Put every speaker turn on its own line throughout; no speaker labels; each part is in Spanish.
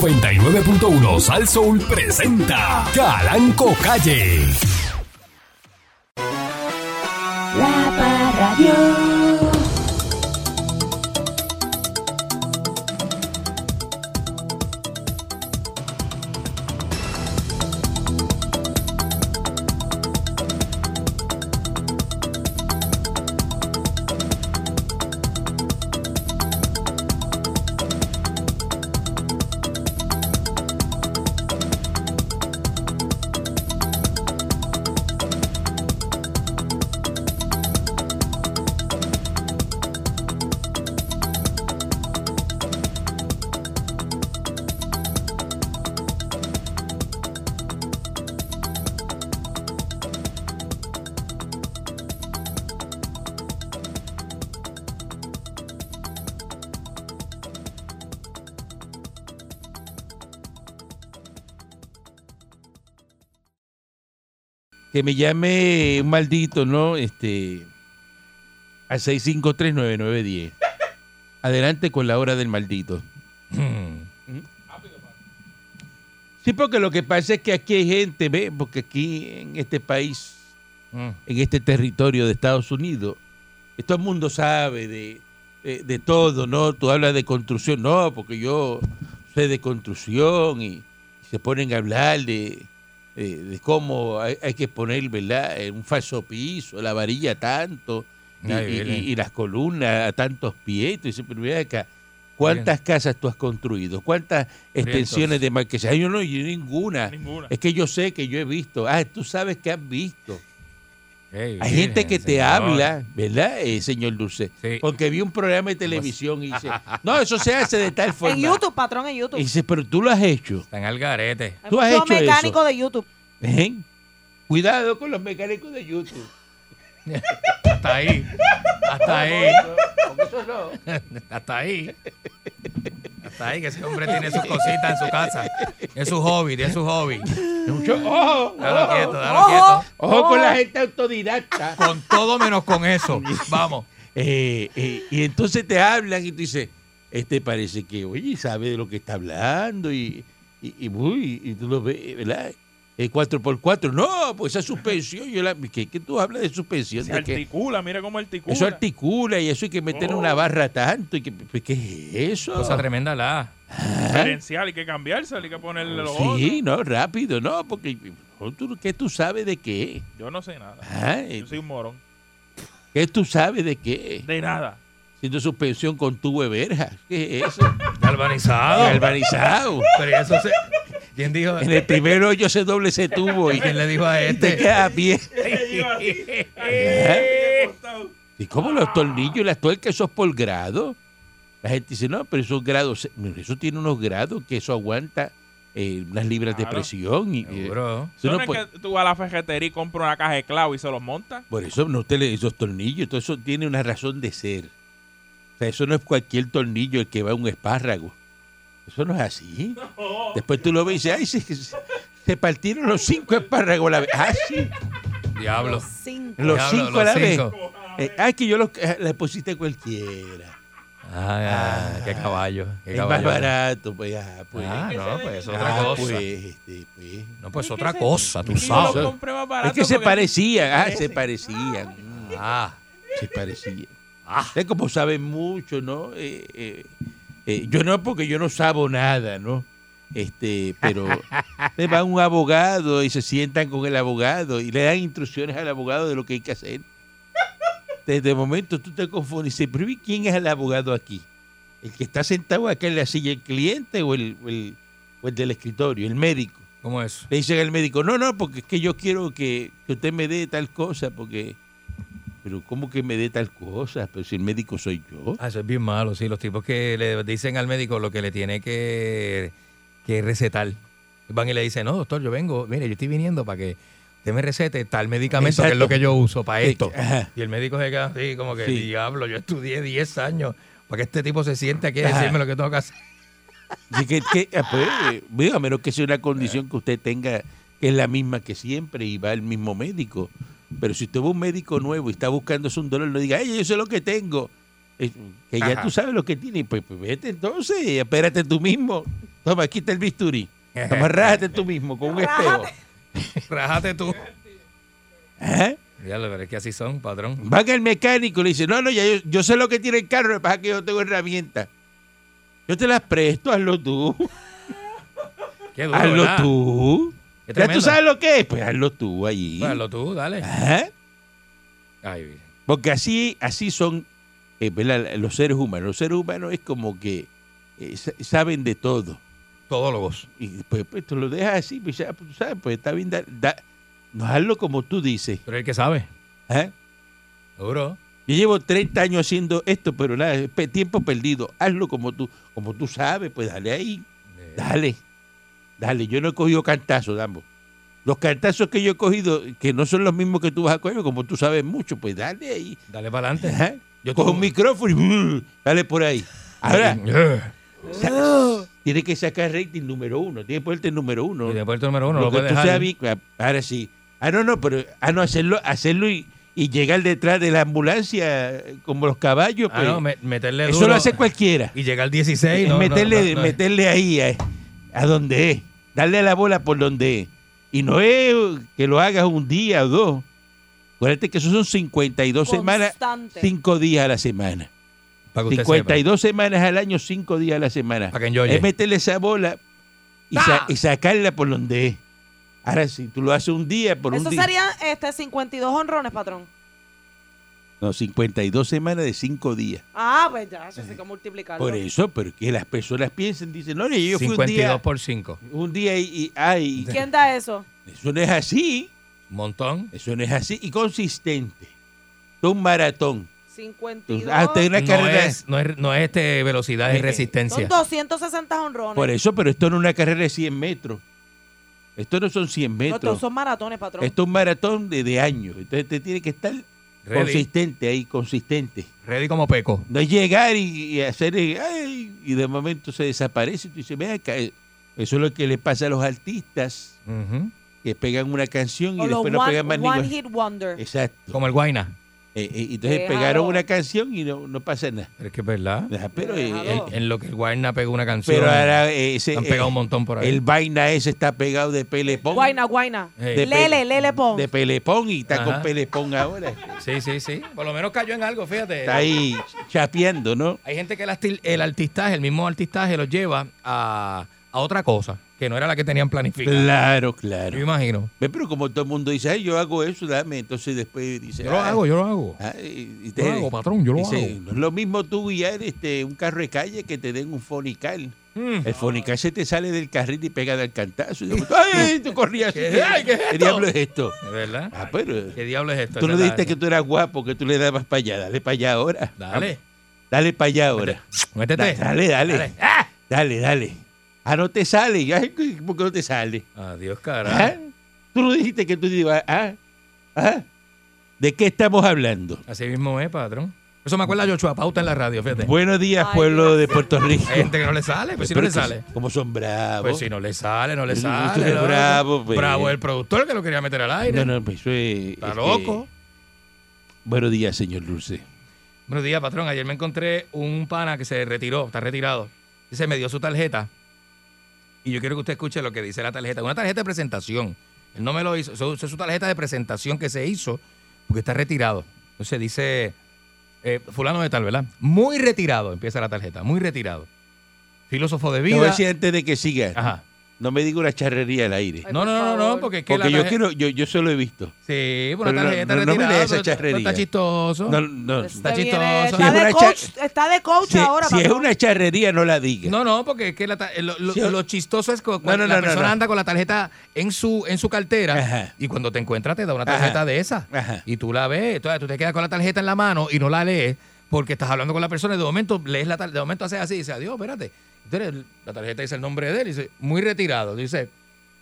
99.1 Sal Soul presenta Calanco Calle.
La Parradio.
que me llame un maldito, ¿no? Este, al 6539910. Adelante con la hora del maldito. Sí, porque lo que pasa es que aquí hay gente, ¿ve? Porque aquí en este país, en este territorio de Estados Unidos, todo el mundo sabe de, de, de todo, ¿no? Tú hablas de construcción, no, porque yo sé de construcción y se ponen a hablar de, eh, de cómo hay, hay que poner ¿verdad? Eh, un falso piso, la varilla tanto, y,
Ay,
y-
Belén.
y las columnas a tantos pies. Y dice, pero mira acá, ¿cuántas casas tú has construido? ¿Cuántas extensiones de marquesas? Ay, Yo no, yo ninguna.
Ninguna.
Es que yo sé que yo he visto. Ah, tú sabes que has visto.
Ey,
Hay
miren,
gente que te
señor.
habla, ¿verdad, eh, señor Dulce?
Sí.
Porque vi un programa de televisión y dice, no, eso se hace de tal forma.
En YouTube, patrón, en
Y
YouTube.
dice, pero tú lo has hecho.
Están al garete.
Hay
¿Tú has
mucho
hecho eso?
mecánico de YouTube.
¿Eh? Cuidado con los mecánicos de YouTube.
Hasta ahí. Hasta ahí.
Porque eso no.
Hasta ahí. Hasta ahí, que ese hombre tiene sus cositas en su casa. Es su hobby, es su hobby.
Mucho ojo,
Dalo
ojo,
quieto, dalo quieto.
ojo con la gente autodidacta.
Con todo menos con eso. Vamos.
Eh, eh, y entonces te hablan y tú dices, este parece que, oye, sabe de lo que está hablando y, y, y, uy, y tú lo ves, ¿verdad? Eh, 4x4, no, pues esa suspensión, yo la, ¿qué, qué tú hablas de suspensión?
Se
¿De qué?
articula, mira cómo articula.
Eso articula y eso hay que meter en una barra tanto. Y que, pues, ¿Qué es eso? Ah,
Cosa tremenda la.
Diferencial, hay que cambiarse, hay que ponerle los
Sí, no, rápido, no, porque no, tú- ¿qué tú sabes de qué?
otros. Yo no sé nada.
Ah,
Yo soy un morón.
¿Qué tú sabes de qué?
De nada.
Siendo suspensión con tubo de verja. ¿Qué es eso?
Galvanizado.
Galvanizado.
Pero eso se. ¿Quién dijo?
En el primer hoyo se doble ese tubo y,
¿Y quién le dijo a
y te
este?
queda a pie. ¿Y cómo los tornillos y las tuercas, eso es por grado? La gente dice, no, pero esos grados, eso tiene unos grados que eso aguanta eh, unas libras de
Claro.
presión. Y, eh,
Seguro.
eso no
no es
puede-
que tú vas a la ferretería y compras una caja de clavos y se los montas?
Por eso no te le- esos tornillos, todo eso tiene una razón de ser. O sea, eso no es cualquier tornillo el que va a un espárrago. Eso no es así. Después tú lo ves y dices, ay, se, se- se partieron los cinco espárragos a la vez. Ah, sí,
Diablo.
Cinco.
los
Diablo,
cinco a la
los
vez.
cinco.
Eh, ay, que yo los eh, le pusiste cualquiera.
Ah, qué caballo. Qué
Es más
caballo.
barato, pues, ah, pues.
Ah, no, pues es
Ah,
otra cosa.
pues, este, pues.
No, pues
Es que
otra
se-
cosa, tú
Y yo
sabes.
los compré más barato.
Es que se
porque-
parecían, ah, se parecían. Mm.
Ah,
Se parecía.
Ah.
Usted como sabe mucho, ¿no? Eh, eh, eh, yo no, porque yo no sabo nada, ¿no? Este, pero le va un abogado y se sientan con el abogado y le dan instrucciones al abogado de lo que hay que hacer. Desde el momento tú te confundes y dices, pero ¿y quién es el abogado aquí? ¿El que está sentado acá en la silla, el cliente o el, o el- o el del escritorio, el médico?
¿cómo es?
Le dicen al médico, no, no, porque es que yo quiero que, que usted me dé tal cosa, porque... Pero ¿cómo que me dé tal cosa? Pero si el médico soy yo.
Ah, eso es bien malo, sí. Los tipos que le dicen al médico lo que le tiene que, que recetar. Van y le dicen, no, doctor, yo vengo, mire, yo estoy viniendo para que usted me recete tal medicamento que es
Exacto.
lo que yo uso para esto.
Ajá.
Y el médico se queda así, como que,
Sí.
diablo, yo estudié 10 años para que este tipo se siente aquí a
Ajá.
decirme lo que tengo que hacer.
Así que, que, ah, pues, eh, digo, a menos que sea una condición que usted tenga que es la misma que siempre y va al mismo médico. Pero si usted va a un médico nuevo y está buscándose un dolor, no diga, ¡ay, yo sé lo que tengo! Es- que ya
Ajá.
tú sabes lo que tiene. Pues, pues vete entonces, espérate tú mismo. Toma, aquí está el bisturí. Toma, rájate tú mismo con un espejo.
Rájate tú.
¿Eh?
Diablo, pero es que así son, patrón.
Van al mecánico y le dicen, no, no, ya yo, yo sé lo que tiene el carro, lo que pasa es que yo no tengo herramientas. Yo te las presto, hazlo tú.
Qué duro,
Hazlo
¿verdad?
tú.
Qué
¿Ya tú
tremendo.
sabes lo que es? Pues hazlo tú allí.
Pues hazlo tú, dale.
Ajá.
Ay, mira.
Porque así, así son eh, ¿verdad? los seres humanos. Los seres humanos es como que eh, sa- saben de todo.
todólogos.
Y pues, pues, tú lo dejas así, pues ya, pues, tú sabes, pues está bien, da- da- no hazlo como tú dices.
Pero el que sabe.
¿ah?
Seguro.
Yo llevo 30 años haciendo esto, pero nada, es pe- tiempo perdido. Hazlo como tú, como tú sabes, pues dale ahí,
Eh.
dale, dale. Yo no he cogido cantazos, Dambo. Los cantazos que yo he cogido, que no son los mismos que tú vas a coger, como tú sabes mucho, pues dale ahí.
Dale para adelante.
Ajá.
Yo
Coge
tengo-
un micrófono y ¡brr! dale por ahí. Ahora, sa- tiene que sacar rating número uno, tiene que ponerte el número uno.
Y de puerto número uno, lo
Lo que
puedes
tú
dejar.
seas bien- ah, ahora sí. Ah, no, no, pero ah, no, hacerlo, hacerlo y, y llegar detrás de la ambulancia eh, como los caballos.
Ah,
pues,
no, me- meterle
eso
duro
lo hace cualquiera.
Y llegar al 16.
Es
no, no,
meterle,
no, no.
meterle ahí a, a donde es. Darle a la bola por donde es. Y no es que lo hagas un día o dos. Acuérdate que eso son 52 semanas,
Constante.
5 días a la semana.
Para que usted
52 semanas al año, 5 días a la semana.
Para que enjoye.
Es meterle esa bola y,
¡Ah!
sa- y sacarla por donde es. Ahora, si tú lo haces un día, por
Eso
un día.
serían este, 52 honrones, patrón.
No, 52 semanas de 5 días.
Ah, pues ya, eso sí que multiplicarlo.
Por eso, porque las personas piensan, dicen, no, yo
sepa.
fui
52
un día,
por 5.
un día y, y- ay,
¿Quién da eso?
eso no es así,
Montón.
eso no es así. Y consistente. Esto es un maratón.
52.
Ah, usted Una
no,
carrera-
es, no, es, no es este velocidad, es
Eh,
resistencia.
Son 260 honrones.
Por eso, pero esto no es una carrera de 100 metros. Esto no son 100
No, todos
metros.
son maratones, patrón.
Esto es un maratón de, de años. Entonces, usted tiene que estar Pues
Ready,
consistente ahí, consistente.
ready como peco.
No es llegar y, y hacer, eh, ay, y de momento se desaparece. Y tú dices, "Ven acá, eh, eso es lo que le pasa a los artistas
Ujú.
que pegan una canción
O
y
los
después no
one,
pegan más
one
ninguna.
hit wonder.
Exacto.
Como el guaina.
Eh, eh, entonces
Déjalo.
pegaron una canción y no, no pasa nada.
Pero es que es verdad.
Ajá, Pero, eh,
Déjalo.
el-
En, en lo que el guaina pegó una canción.
pero ahora eh, ese,
han pegado
eh,
un montón por ahí.
el vaina ese está pegado de pelepón.
Guaina, guaina.
Hey.
De
Lele,
pe-
lele, pon.
De pelepón y está
Ajá.
con pelepón ahora.
Sí, sí, sí. Por lo menos cayó en algo, fíjate.
Está ahí chapeando, ¿no?
Hay gente que el, arti- el artistaje, el mismo artistaje, los lleva a, a otra cosa, que no era la que tenían planificada.
Claro,
Yo
claro.
imagino.
Ve, Pero como todo el mundo dice, ay, yo hago eso, dame. Entonces después dice,
Yo lo
"Ah,
hago, yo lo hago.
ah, y- y
Yo
te-
lo hago, patrón, yo lo
dice,
hago.
no es lo mismo tú guiar este, un carro de calle que te den un fonical.
Mm.
El fonical se te sale del carril y pega del cantazo. Y de momento, ay, tú corrías.
¿Qué- ay, qué es esto?
diablo es esto?
¿De verdad?
Ah, pero
¿Qué diablo es esto?
tú no
Es verdad.
dijiste que tú eras guapo, que tú le dabas para allá. Dale para allá ahora.
Dale,
Dale para allá ahora.
métete.
Da- Ah. Dale, dale.
Dale. ¡Ah!
Dale, dale. Ah, no te sale. Ay, ¿Por qué no te sale?
Adiós,
¿Ah?
carajo.
Tú no dijiste que tú ibas. ¿Ah? ¿Ah? ¿De qué estamos hablando?
Así mismo es, patrón. Eso me acuerda a Joshua Pauta en la radio, fíjate.
Buenos días,
Ay,
pueblo de Puerto Rico.
Hay gente que no le sale, pues si no
Pero
le
que-
sale.
Como son bravos.
Pues si no le sale, no le
Pero
sale.
tú eres
¿no?
bravo, pues.
Bravo el productor que lo quería meter al aire.
No, no, pues eso es.
Está
este,
loco.
Buenos días, señor Dulce.
Buenos días, patrón. Ayer me encontré un pana que se retiró, está retirado. Dice, me dio su tarjeta. Y yo quiero que usted escuche lo que dice la tarjeta. Una tarjeta de presentación. Él no me lo hizo. Eso, eso es su tarjeta de presentación que se hizo porque está retirado. Entonces dice, eh, fulano de tal, ¿verdad? Muy retirado, empieza la tarjeta. Muy retirado. Filósofo de
Te voy a
vida.
decir antes de que siga.
Ajá.
No me diga una charrería al aire.
Ay,
No,
por
no, no, no,
favor.
no, porque es que
Porque
la
yo
tarje-
quiero, yo, yo solo he visto.
Sí, una
Pero no-
tarjeta
no- no me
retirada.
lees esa
pero- pero
charrería.
Está chistoso.
No, no.
Este
Si,
Está
viene-
chistoso.
Está,
Si es
de
una
coach,
cha-
está de coach ahora,
si es
patrón.
una charrería, no la diga.
No, no, porque es que la ta- eh, lo, lo-
Sí, o-
lo chistoso es que cuando
No, no,
la
no, no,
persona
no.
anda con la tarjeta en su en su cartera
Ajá.
y cuando te encuentra te da una tarjeta
Ajá.
de esa
Ajá.
y tú la ves, entonces tú te quedas con la tarjeta en la mano y no la lees porque estás hablando con la persona y de momento lees la tar- de momento haces así y dices, adiós, espérate. Entonces la tarjeta dice el nombre de él y dice, muy retirado, dice,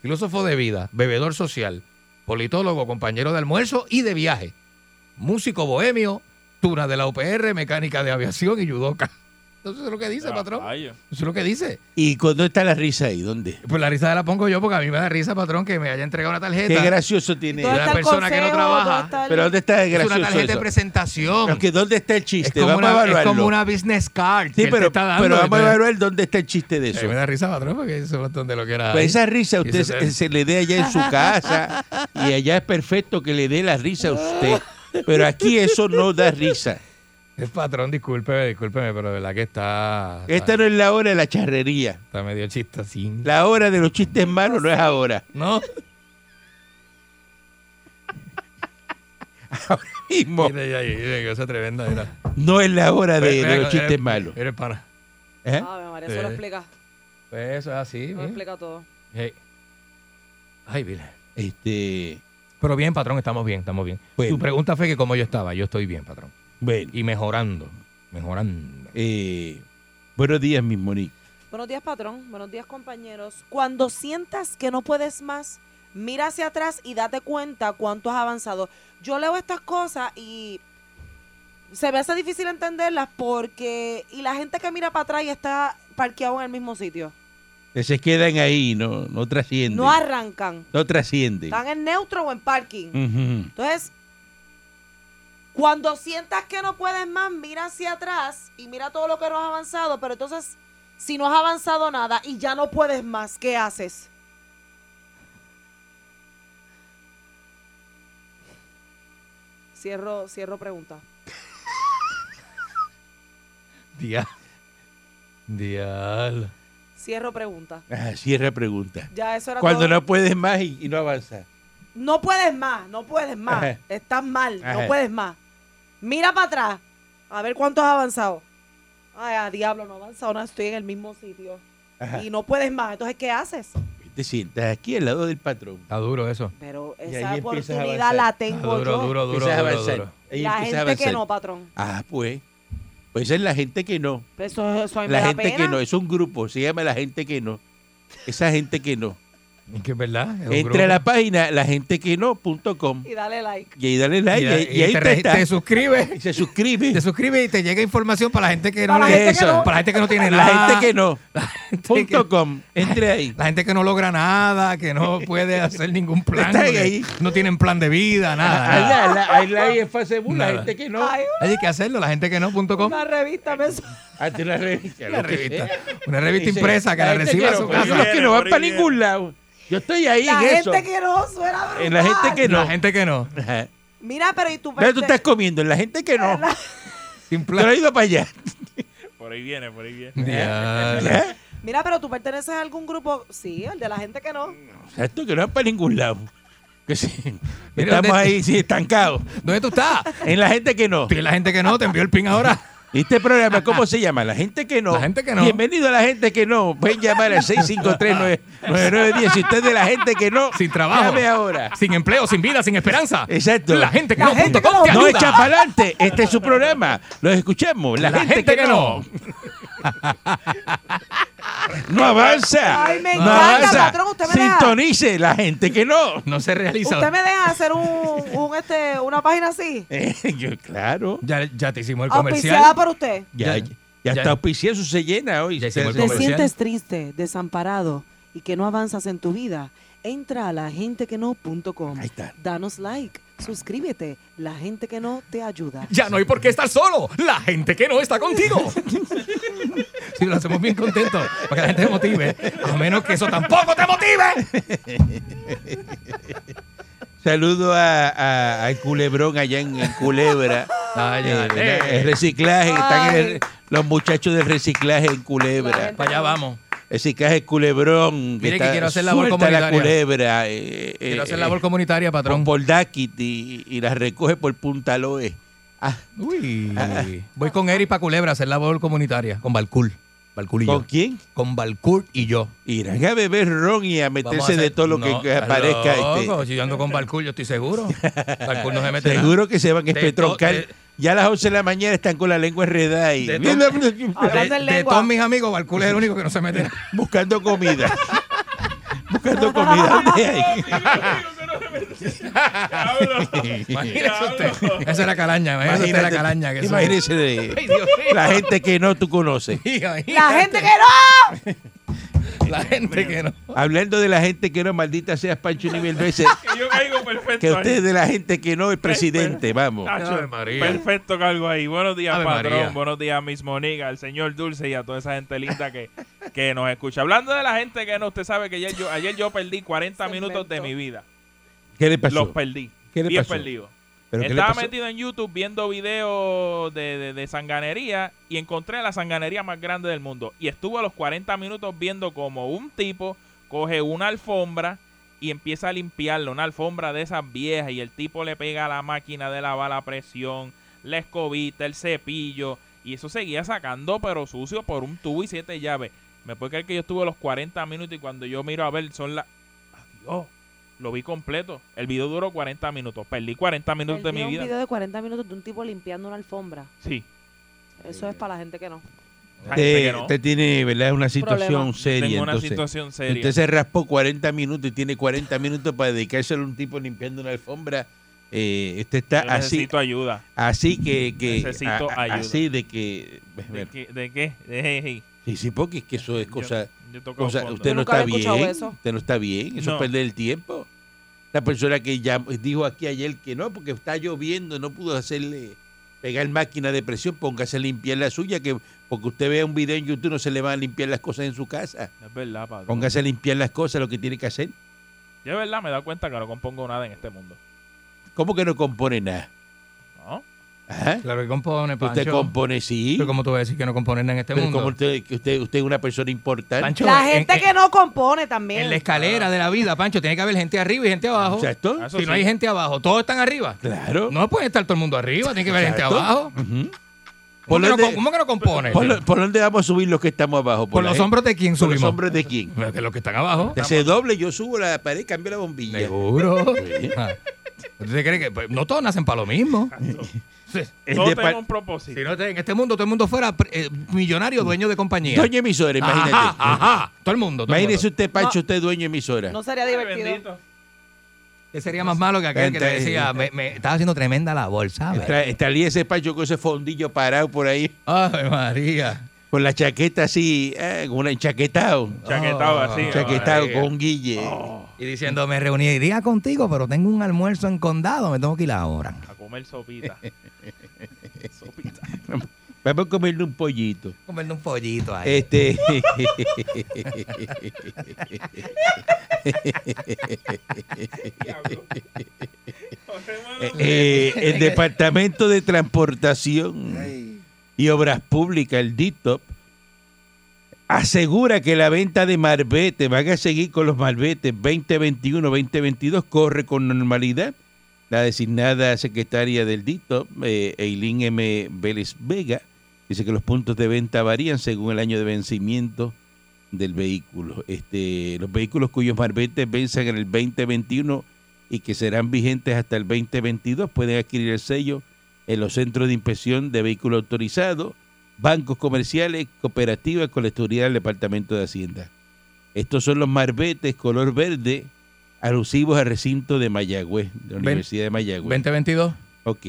filósofo de vida, bebedor social, politólogo, compañero de almuerzo y de viaje, músico bohemio, tuna de la UPR, mecánica de aviación y judoka. Eso es lo que dice,
Ya,
patrón.
rayo.
Eso es lo que dice.
¿Y cuando está la risa ahí? ¿Dónde?
Pues la risa la pongo yo porque a mí me da risa, patrón, que me haya entregado una tarjeta.
Qué gracioso tiene.
¿Dónde
una
está el
persona que no
consejo?
trabaja,
¿Dónde está el-
Pero ¿dónde está el
es una
gracioso
tarjeta de
eso?
presentación.
Pero que ¿Dónde está el
es,
chiste?
como
Vamos a
una, es
evaluarlo.
como una business card. que
Sí,
él te
pero,
está dando,
pero vamos a
entonces-
evaluar dónde está el chiste de
Eh,
eso.
me da risa, patrón, porque eso es bastante lo que era.
Pues esa risa
Y
usted
eso
se,
es-
se le dé allá en su casa y allá es perfecto que le dé la risa a usted. Pero aquí eso no da risa.
Es patrón, discúlpeme, discúlpeme, pero de verdad que está.
Esta
está,
no es la hora de la charrería.
está medio chistacín.
La hora de los chistes malos no es ahora.
No,
Mismo,
mira, mira, mira, qué cosa tremenda. Mira.
no es la hora de,
Mira,
de
mira,
los
eh,
chistes
mira,
malos.
Mira, para.
¿Eh?
Ave María, eso lo
Eh.
explica.
Pues eso es así.
Lo
mira.
explica todo.
Hey. Ay, mira.
Este,
Pero bien, patrón, estamos bien, estamos bien.
Bueno.
Tu pregunta fue que cómo yo estaba. Yo estoy bien, patrón.
bueno,
Y mejorando, mejorando.
eh, buenos días, mis Monique.
Buenos días, patrón. Buenos días, compañeros. Cuando sientas que no puedes más, mira hacia atrás y date cuenta cuánto has avanzado. Yo leo estas cosas y se me hace difícil entenderlas porque... Y la gente que mira para atrás y está parqueado en el mismo sitio.
Que se quedan ahí, no, no trascienden.
No arrancan.
No trascienden.
Están en neutro o en parking.
Ujú.
Entonces, cuando sientas que no puedes más, mira hacia atrás y mira todo lo que no has avanzado, pero entonces, si no has avanzado nada y ya no puedes más, ¿qué haces? Cierro, cierro pregunta.
Dial. Dial.
Cierro pregunta.
Ah, cierra pregunta.
Ya eso era
Cuando
todo.
no puedes más y, y no avanzas.
No puedes más, no puedes más.
Ajá.
Estás mal,
Ajá.
no puedes más. Mira para atrás, a ver cuánto has avanzado. Ay, a diablo, no he avanzado nada, estoy en el mismo sitio.
Ajá.
Y no puedes más, entonces, ¿qué haces?
Te sientas aquí al lado del patrón.
Está duro eso.
Pero
ahí empiezas a
esa oportunidad
avanzar.
la
Está
tengo
duro,
yo.
duro, duro,
Empiezas a
duro,
avanzar.
duro.
Ahí
la
empiezas a
gente que
avanzar.
no, patrón.
Ah, pues. Pues esa es la gente que no.
Pues Eso, eso a mí me
La
da
gente
pena.
que no. Es un grupo. Se llama la gente que no. Esa gente que no.
Es que es verdad. es un
Entra a la
grupo.
página la gente que no.com
Y dale like.
y ahí dale like.
Y,
Y, ahí- y ahí
te,
te
re-
está.
te suscribes.
Y se suscribe.
Te suscribes y te llega información para la gente que no
Para la
le-
gente que
Eso.
no-
para la gente que no tiene
La
nada.
gente que no.
gente que-
Punto com. Entre ahí.
La gente que no logra nada, que no puede hacer ningún plan.
Están
porque
ahí.
No tienen plan de vida, nada.
Ahí
nada.
la- la- ahí la- ahí en Facebook, la
Nada.
gente que no.
Ay,
Hay que hacerlo, la gente que no.com.
una revista mensual.
Hazte una Ah, revista.
Una
lo que
revista,
sea.
una revista
Dice,
impresa que la
gente que
reciba a
no,
su
pues,
casa.
los que no van para ningún lado. Yo estoy ahí
La
en eso.
gente que no suena brutal.
En la gente que no.
La gente que no.
Ajá.
Mira, pero y tú...
Pero tú estás comiendo, en la gente que no. Yo
Sin
no
plan.
he ido para allá.
Por ahí viene, por ahí viene.
Ya.
Mira, pero tú perteneces a algún grupo... Sí, el de la gente que no.
Exacto, que no van para ningún lado. Que sí,
Mira,
Estamos
¿dónde-
ahí sí, estancados.
¿Dónde tú estás?
En la gente que no.
Tú, la gente que no, te envió el pin ahora.
¿Y este programa cómo se llama? La gente que no.
La gente que no.
Bienvenido a la gente que no. Pueden llamar al 653-9910. Si usted es de la gente que no,
Sin trabajo.
llame ahora.
Sin empleo, sin vida, sin esperanza.
Exacto.
La gente que
La
no.
gente
punto com te
No
ayuda.
echa para adelante. Este es su programa. Los escuchamos. La, gente, que, no. No avanza.
Ay, me
no
encanta,
avanza.
patrón, usted me deja.
Sintonice la gente que no.
No se
¿Usted
realiza.
me deja hacer un, un, este, una página así?
Eh, yo, claro.
Ya, ya te hicimos el comercial.
Auspiciada por usted.
Ya,
Ya,
ya, está
ya.
auspicioso, se llena hoy.
Ya hicimos el
¿Te
Se-
comercial.
sientes triste, desamparado y que no avanzas en tu vida? Entra a lagentequeno.com.
Ahí está.
Danos like, suscríbete. La gente que no te ayuda.
Ya no hay por qué estar solo. La gente que no está contigo. Sí, lo hacemos bien contentos para que la gente se motive. A menos que eso tampoco te motive.
Saludo a, a- al culebrón allá en, en Culebra. Eh, ¿verdad? el reciclaje, están en el-
Ay.
los muchachos del reciclaje en
La
Culebra.
gente-
Para allá vamos.
Reciclaje Culebrón.
Mire que quiero hacer labor
suelta la
comunitaria.
culebra. eh, eh,
Quiero hacer
eh,
labor comunitaria, patrón.
Por Dakit y, y las recoge por Punta Loe. Ah,
Uy. Voy con Eric para Culebra a hacer labor comunitaria. Con Balcour. Balcour y
¿Con
yo.
quién?
Con Balcour y yo.
Irán a beber ron y a meterse
Vamos a hacer-
de todo lo
No,
que aparezca.
estás
este.
loco. Si yo ando con Balcour, yo estoy seguro. Balcour no se mete nada.
Seguro que se van a
De to-
espetroncar.
de-
Ya a las 11 de la mañana están con la lengua enredada y
De to-
Hablando
De,
en
de
lengua.
todos mis amigos, Balcour es el único que no se mete nada.
buscando comida. buscando comida. ¿Dónde hay?
Imagínese usted. Esa es la calaña, esa es la calaña. Que eso es.
imagínese de-
Ay, Dios mío.
la gente que no tú conoces.
¡La gente que no!
La gente que no.
Hablando de la gente que no, maldita sea Pancho nivel veces
Que yo caigo perfecto.
que
ahí.
usted es de la gente que no es presidente, vamos.
Tacho,
Ave María.
Ah, Perfecto cargo ahí. Buenos días,
Ave
patrón.
María.
Buenos días, Miss Moniga, al señor Dulce y a toda esa gente linda que, que nos escucha. Hablando de la gente que no, usted sabe que ayer yo, ayer yo perdí 40
Se
minutos de
inventó.
mi vida.
¿Qué le pasó?
Los perdí.
¿Qué le
Bien
pasó?
perdido.
¿Pero qué le
Estaba
pasó?
metido en YouTube viendo videos de, de- de sanganería y encontré la sanganería más grande del mundo. Y estuve a los 40 minutos viendo como un tipo coge una alfombra y empieza a limpiarla, una alfombra de esas viejas, y el tipo le pega a la máquina de lavar la presión, la escobita, el cepillo, y eso seguía sacando pero sucio por un tubo y siete llaves. Me puede creer que yo estuve a los 40 minutos y cuando yo miro a ver son las... ¡Adiós! Lo vi completo. El video duró 40 minutos. Perdí 40 minutos de
Él vio
mi
un
vida.
video de 40 minutos de un tipo limpiando una alfombra.
Eh,
Sí.
Eso es para la gente que no.
Hay gente
Usted,
que no.
usted tiene, ¿verdad? Una situación
Problema.
seria.
Tengo una
entonces.
situación seria.
Usted se raspó 40 minutos y tiene 40 minutos para dedicárselo a un tipo limpiando una alfombra. Eh, usted está
Yo
así,
necesito ayuda.
así que, que
Necesito ayuda.
así de que,
¿De qué? ¿De qué? De- hey, hey.
sí, sí, porque es que eso es cosa,
Yo- yo toco
cosa-
fondo.
usted
Yo
no
nunca
está
había escuchado
bien,
eso.
usted no está bien, eso
No.
es perder el tiempo. La persona que ya dijo aquí ayer que no, porque está lloviendo, no pudo hacerle pegar máquina de presión, póngase a limpiar la suya, que porque usted vea un video en YouTube no se le van a limpiar las cosas en su casa.
Es verdad, padre.
Póngase a limpiar las cosas, lo que tiene que hacer.
Yo de verdad me he dado cuenta que no compongo nada en este mundo.
¿Cómo que no compone nada?
¿No?
Ajá.
Claro que compone,
Que Usted
Pancho.
compone, sí.
Pero ¿Cómo tú vas a decir que no componen en este
Pero
mundo?
como usted, que usted, usted es una persona importante.
Pancho,
La
en-
gente
en-
que no compone también.
En la escalera de la vida, Pancho, tiene que haber gente arriba y gente abajo.
Exacto.
Eso
si no
sí.
hay gente abajo, todos están arriba.
Claro.
No puede estar todo el mundo arriba, tiene que haber gente
Exacto.
abajo.
Ujú.
¿Cómo
¿Por,
que, no,
dónde,
co- cómo que no compone?
por
Por,
lo- por dónde vamos a subir los que estamos abajo? Por, la
eh. los
gente-
hombros de quién
por los
subimos.
hombros de quién.
Bueno, que los que están abajo.
Que se doble, yo subo la pared, cambio la bombilla.
Seguro. Ah. ¿Usted cree que pues, no todos nacen para lo mismo? Sí.
Es
Todo
de
tengo
pa-
un propósito.
Si no, te- en este mundo todo el mundo fuera eh, millonario, dueño de compañía.
Dueño emisora, imagínate.
Ajá, ajá. Todo el mundo. todo el
Imagínese
mundo.
usted, Pancho,
No.
usted dueño emisora.
No sería
Ay,
divertido.
bendito.
Ah,
Que sería más malo que aquel que le decía, me, me- estaba haciendo tremenda labor, ¿sabes?
Está- Estaría ese Pancho con ese fondillo parado por ahí,
Ay, María.
con la chaqueta así, eh, con una enchaquetado.
Chaquetado
Oh,
así. eh,
Chaquetado
María.
con Guille.
Y diciendo, me reuniría contigo, pero tengo un almuerzo en condado, me tengo que ir ahora.
A comer sopita. sopita.
Vamos a comerle un pollito.
Comerme un pollito ahí.
Este. Eh, el Departamento de Transportación y Obras Públicas, el DITOP, asegura que la venta de Marbete, van a seguir con los Marbetes 2021-2022, corre con normalidad. La designada secretaria del DITOP, eh, Eileen M. Vélez Vega, dice que los puntos de venta varían según el año de vencimiento del vehículo. Este, los vehículos cuyos marbetes vencen en el 2021 y que serán vigentes hasta el 2022 pueden adquirir el sello en los centros de inspección de vehículos autorizados, bancos comerciales, cooperativas, colecturía del Departamento de Hacienda. Estos son los marbetes color verde alusivos al recinto de Mayagüez, de la
Ven-
Universidad de Mayagüez.
2022.
Ok.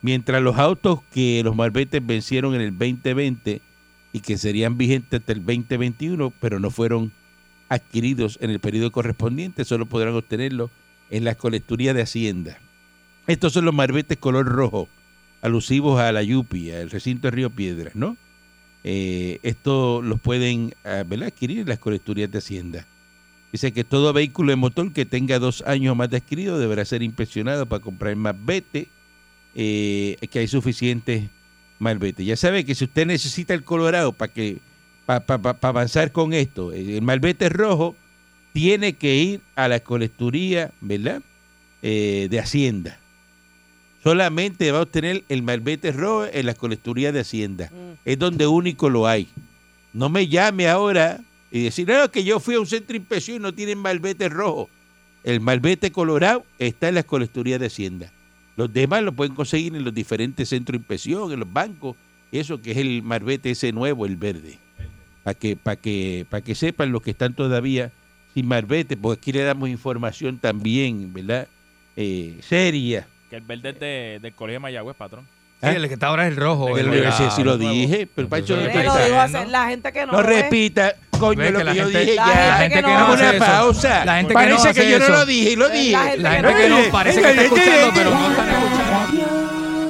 Mientras los autos que los marbetes vencieron en el 2020 y que serían vigentes hasta el 2021, pero no fueron adquiridos en el periodo correspondiente, solo podrán obtenerlos en las colecturías de Hacienda. Estos son los marbetes color rojo, alusivos a la Yupi, al recinto de Río Piedras, ¿no? Eh, esto los pueden ah, ¿verdad? adquirir en las colecturías de Hacienda. Dice que todo vehículo de motor que tenga dos años o más de adquirido deberá ser inspeccionado para comprar malvete, eh, que hay suficiente malvete. Ya sabe que si usted necesita el colorado para que para avanzar con esto, eh, el malvete rojo tiene que ir a la colecturía, ¿verdad? Eh, de Hacienda. Solamente va a obtener el malvete rojo en la colecturía de Hacienda.
Mm.
Es donde único lo hay. No me llame ahora y decir, no, que yo fui a un centro de inspección y no tienen malvete rojo. El malvete colorado está en las colecturías de Hacienda. Los demás lo pueden conseguir en los diferentes centros de inspección, en los bancos, eso que es el malvete ese nuevo, el verde. Para que, para que, para que sepan los que están todavía sin malvete, porque aquí le damos información también, ¿verdad? eh, seria.
Que el verde es de- del colegio de Mayagüez, patrón.
Sí, el que está ahora es el rojo.
Que
el
lo-
de la-
sí, sí, lo
nuevo.
dije, pero
Entonces,
Pacho,
¿qué
Mire,
estoy
lo
está
digo
diciendo?
hace- la gente que no,
No
lo ve.
repita, coño,
eh. Ves
lo
que
que,
la
yo
gente-
dije
La
ya.
gente que no
Dame
hace
una
eso.
pausa.
La gente que
parece
no hace
que yo no
eso.
lo dije y lo
La
dije.
gente
La gente que no parece que está escuchando, pero no están escuchando.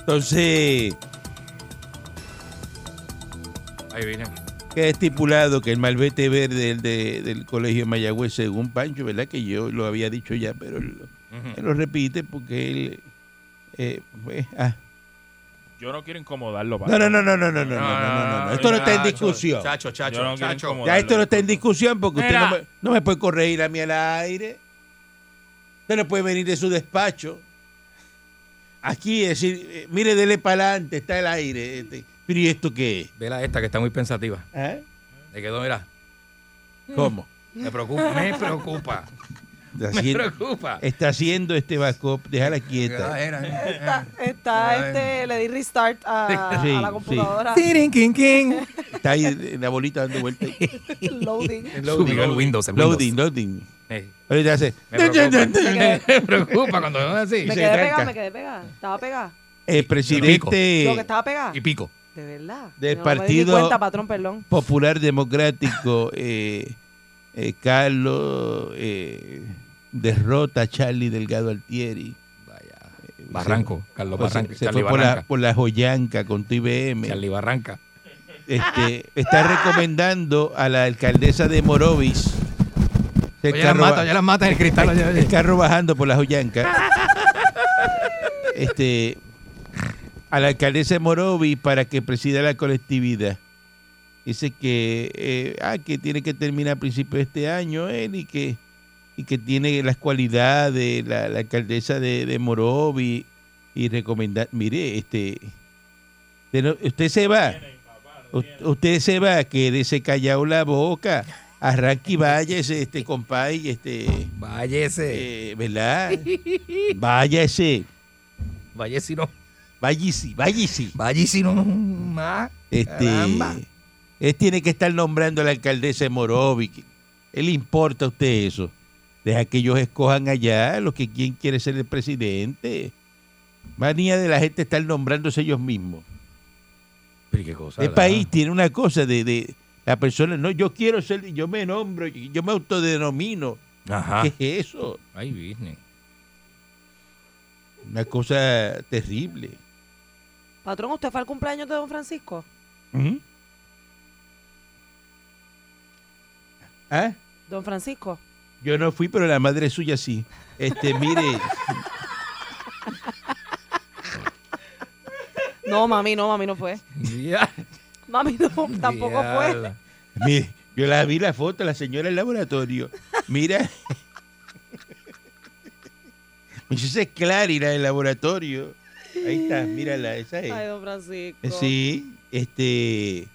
Entonces,
Ahí viene.
queda estipulado que el malvete verde del, de- del colegio de Mayagüez, según Pancho, ¿verdad? Que yo lo había dicho ya, pero él, lo- él lo repite porque él. eh, pues, ah.
Yo no quiero incomodarlo,
no,
patrón.
no, no, no, no, no, no, no, no, no, no. Esto no está en
chacho,
discusión.
Chacho, chacho,
Yo no quiero
chacho.
incomodar.
Ya esto no está en discusión porque usted
Mira.
no me, no me puede corregir a mí al aire. Usted no puede venir de su despacho aquí y decir, eh, mire, dele para adelante, está el aire. este, Pero ¿y esto qué es?
Vela esta que está muy pensativa.
¿Ah?
Le quedó, mira. Mm.
¿Cómo?
Me preocupa. Me preocupa.
Está
Me
haciendo,
preocupa.
está haciendo este backup, déjala
Ah,
quieta.
era, eh,
Está,
Ah,
está este, le di restart a,
Sí,
a la
sí.
computadora.
Tirin, kin, kin.
Está ahí eh, la bolita dando vueltas.
Loading.
Subió el Windows. el
Loading,
Windows.
loading.
Eh,
Ahorita hace.
Me preocupa. Me preocupa cuando veo así.
Me
se
quedé pegada,
tranca.
me quedé pegada. Estaba pegada.
El
Lo que
eh, presidente
estaba pegada.
Y pico.
De verdad.
Del
Yo no me di ni
partido-
cuenta, patrón, perdón.
Popular Democrático, eh, eh, Carlos, eh, derrota a Charlie Delgado Altieri. Eh,
Vaya. Barranco. Carlos
Pues,
Barranco.
se se
Charlie
fue por la,
Barranca.
por la joyanca con tu IBM.
Charlie Barranca.
Este, está recomendando a la alcaldesa de Morovis. El
Oye, las
carro,
mata,
va-
ya las mata en el cristal. oye, oye.
el carro bajando por la joyanca. Este, a la alcaldesa de Morovis para que presida la colectividad. Dice que, eh, ah, que tiene que terminar a principios de este año él y que, y que tiene las cualidades, la, la alcaldesa de, de Morovi y recomendar, mire, este, usted no- usted se va, U- usted se va, quédese callado la boca, arranque y váyase, este, compay, este,
Váyese.
eh, ¿verdad? Váyase,
Váyese no.
váyase, váyase.
Váyese no más.
Este,
Caramba.
él tiene que estar nombrando a la alcaldesa de Morovic. ¿Él le importa a usted eso? Deja que ellos escojan allá lo que quien quiere ser el presidente. Manía de la gente estar nombrándose ellos mismos.
Pero qué cosa.
El
¿verdad?
país tiene una cosa de, de la persona, no, yo quiero ser, yo me nombro, yo me autodenomino.
Ajá.
¿Qué es eso?
Ay, business.
Una cosa terrible.
Patrón, ¿usted fue al cumpleaños de don Francisco?
¿Ah?
Don Francisco.
Yo no fui, pero la madre suya sí. Este, mire,
No, mami, no, mami no fue.
Ya.
Mami no, tampoco fue.
Ya.
mire, yo la vi la foto, la señora del laboratorio. Mira. Me dice, "Esa es Clary, la del laboratorio. Ahí está, mírala, esa es.
Ay, don Francisco.
Eh, Sí, este,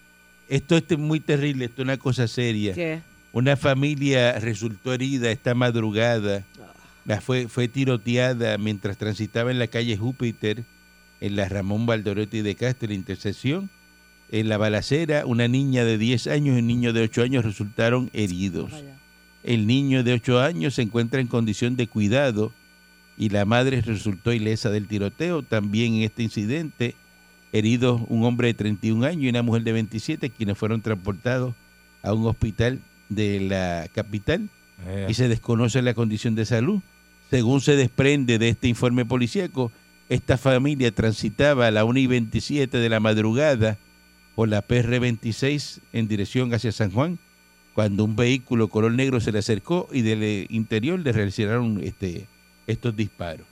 esto es muy terrible, esto es una cosa seria.
¿Qué?
Una familia resultó herida esta madrugada. La fue, fue tiroteada mientras transitaba en la calle Júpiter, en la Ramón Valdorotti de Castro, intercesión. En la balacera, una niña de 10 años y un niño de 8 años resultaron heridos.
Vaya.
El niño de 8 años se encuentra en condición de cuidado y la madre resultó ilesa del tiroteo. También en este incidente, heridos un hombre de 31 años y una mujer de 27, quienes fueron transportados a un hospital de la capital
Eh,
y se desconoce la condición de salud. Según se desprende de este informe policíaco, esta familia transitaba a la 1 y 27 de la madrugada por la PR-26 en dirección hacia San Juan, cuando un vehículo color negro se le acercó y del eh, interior le realizaron este, estos disparos.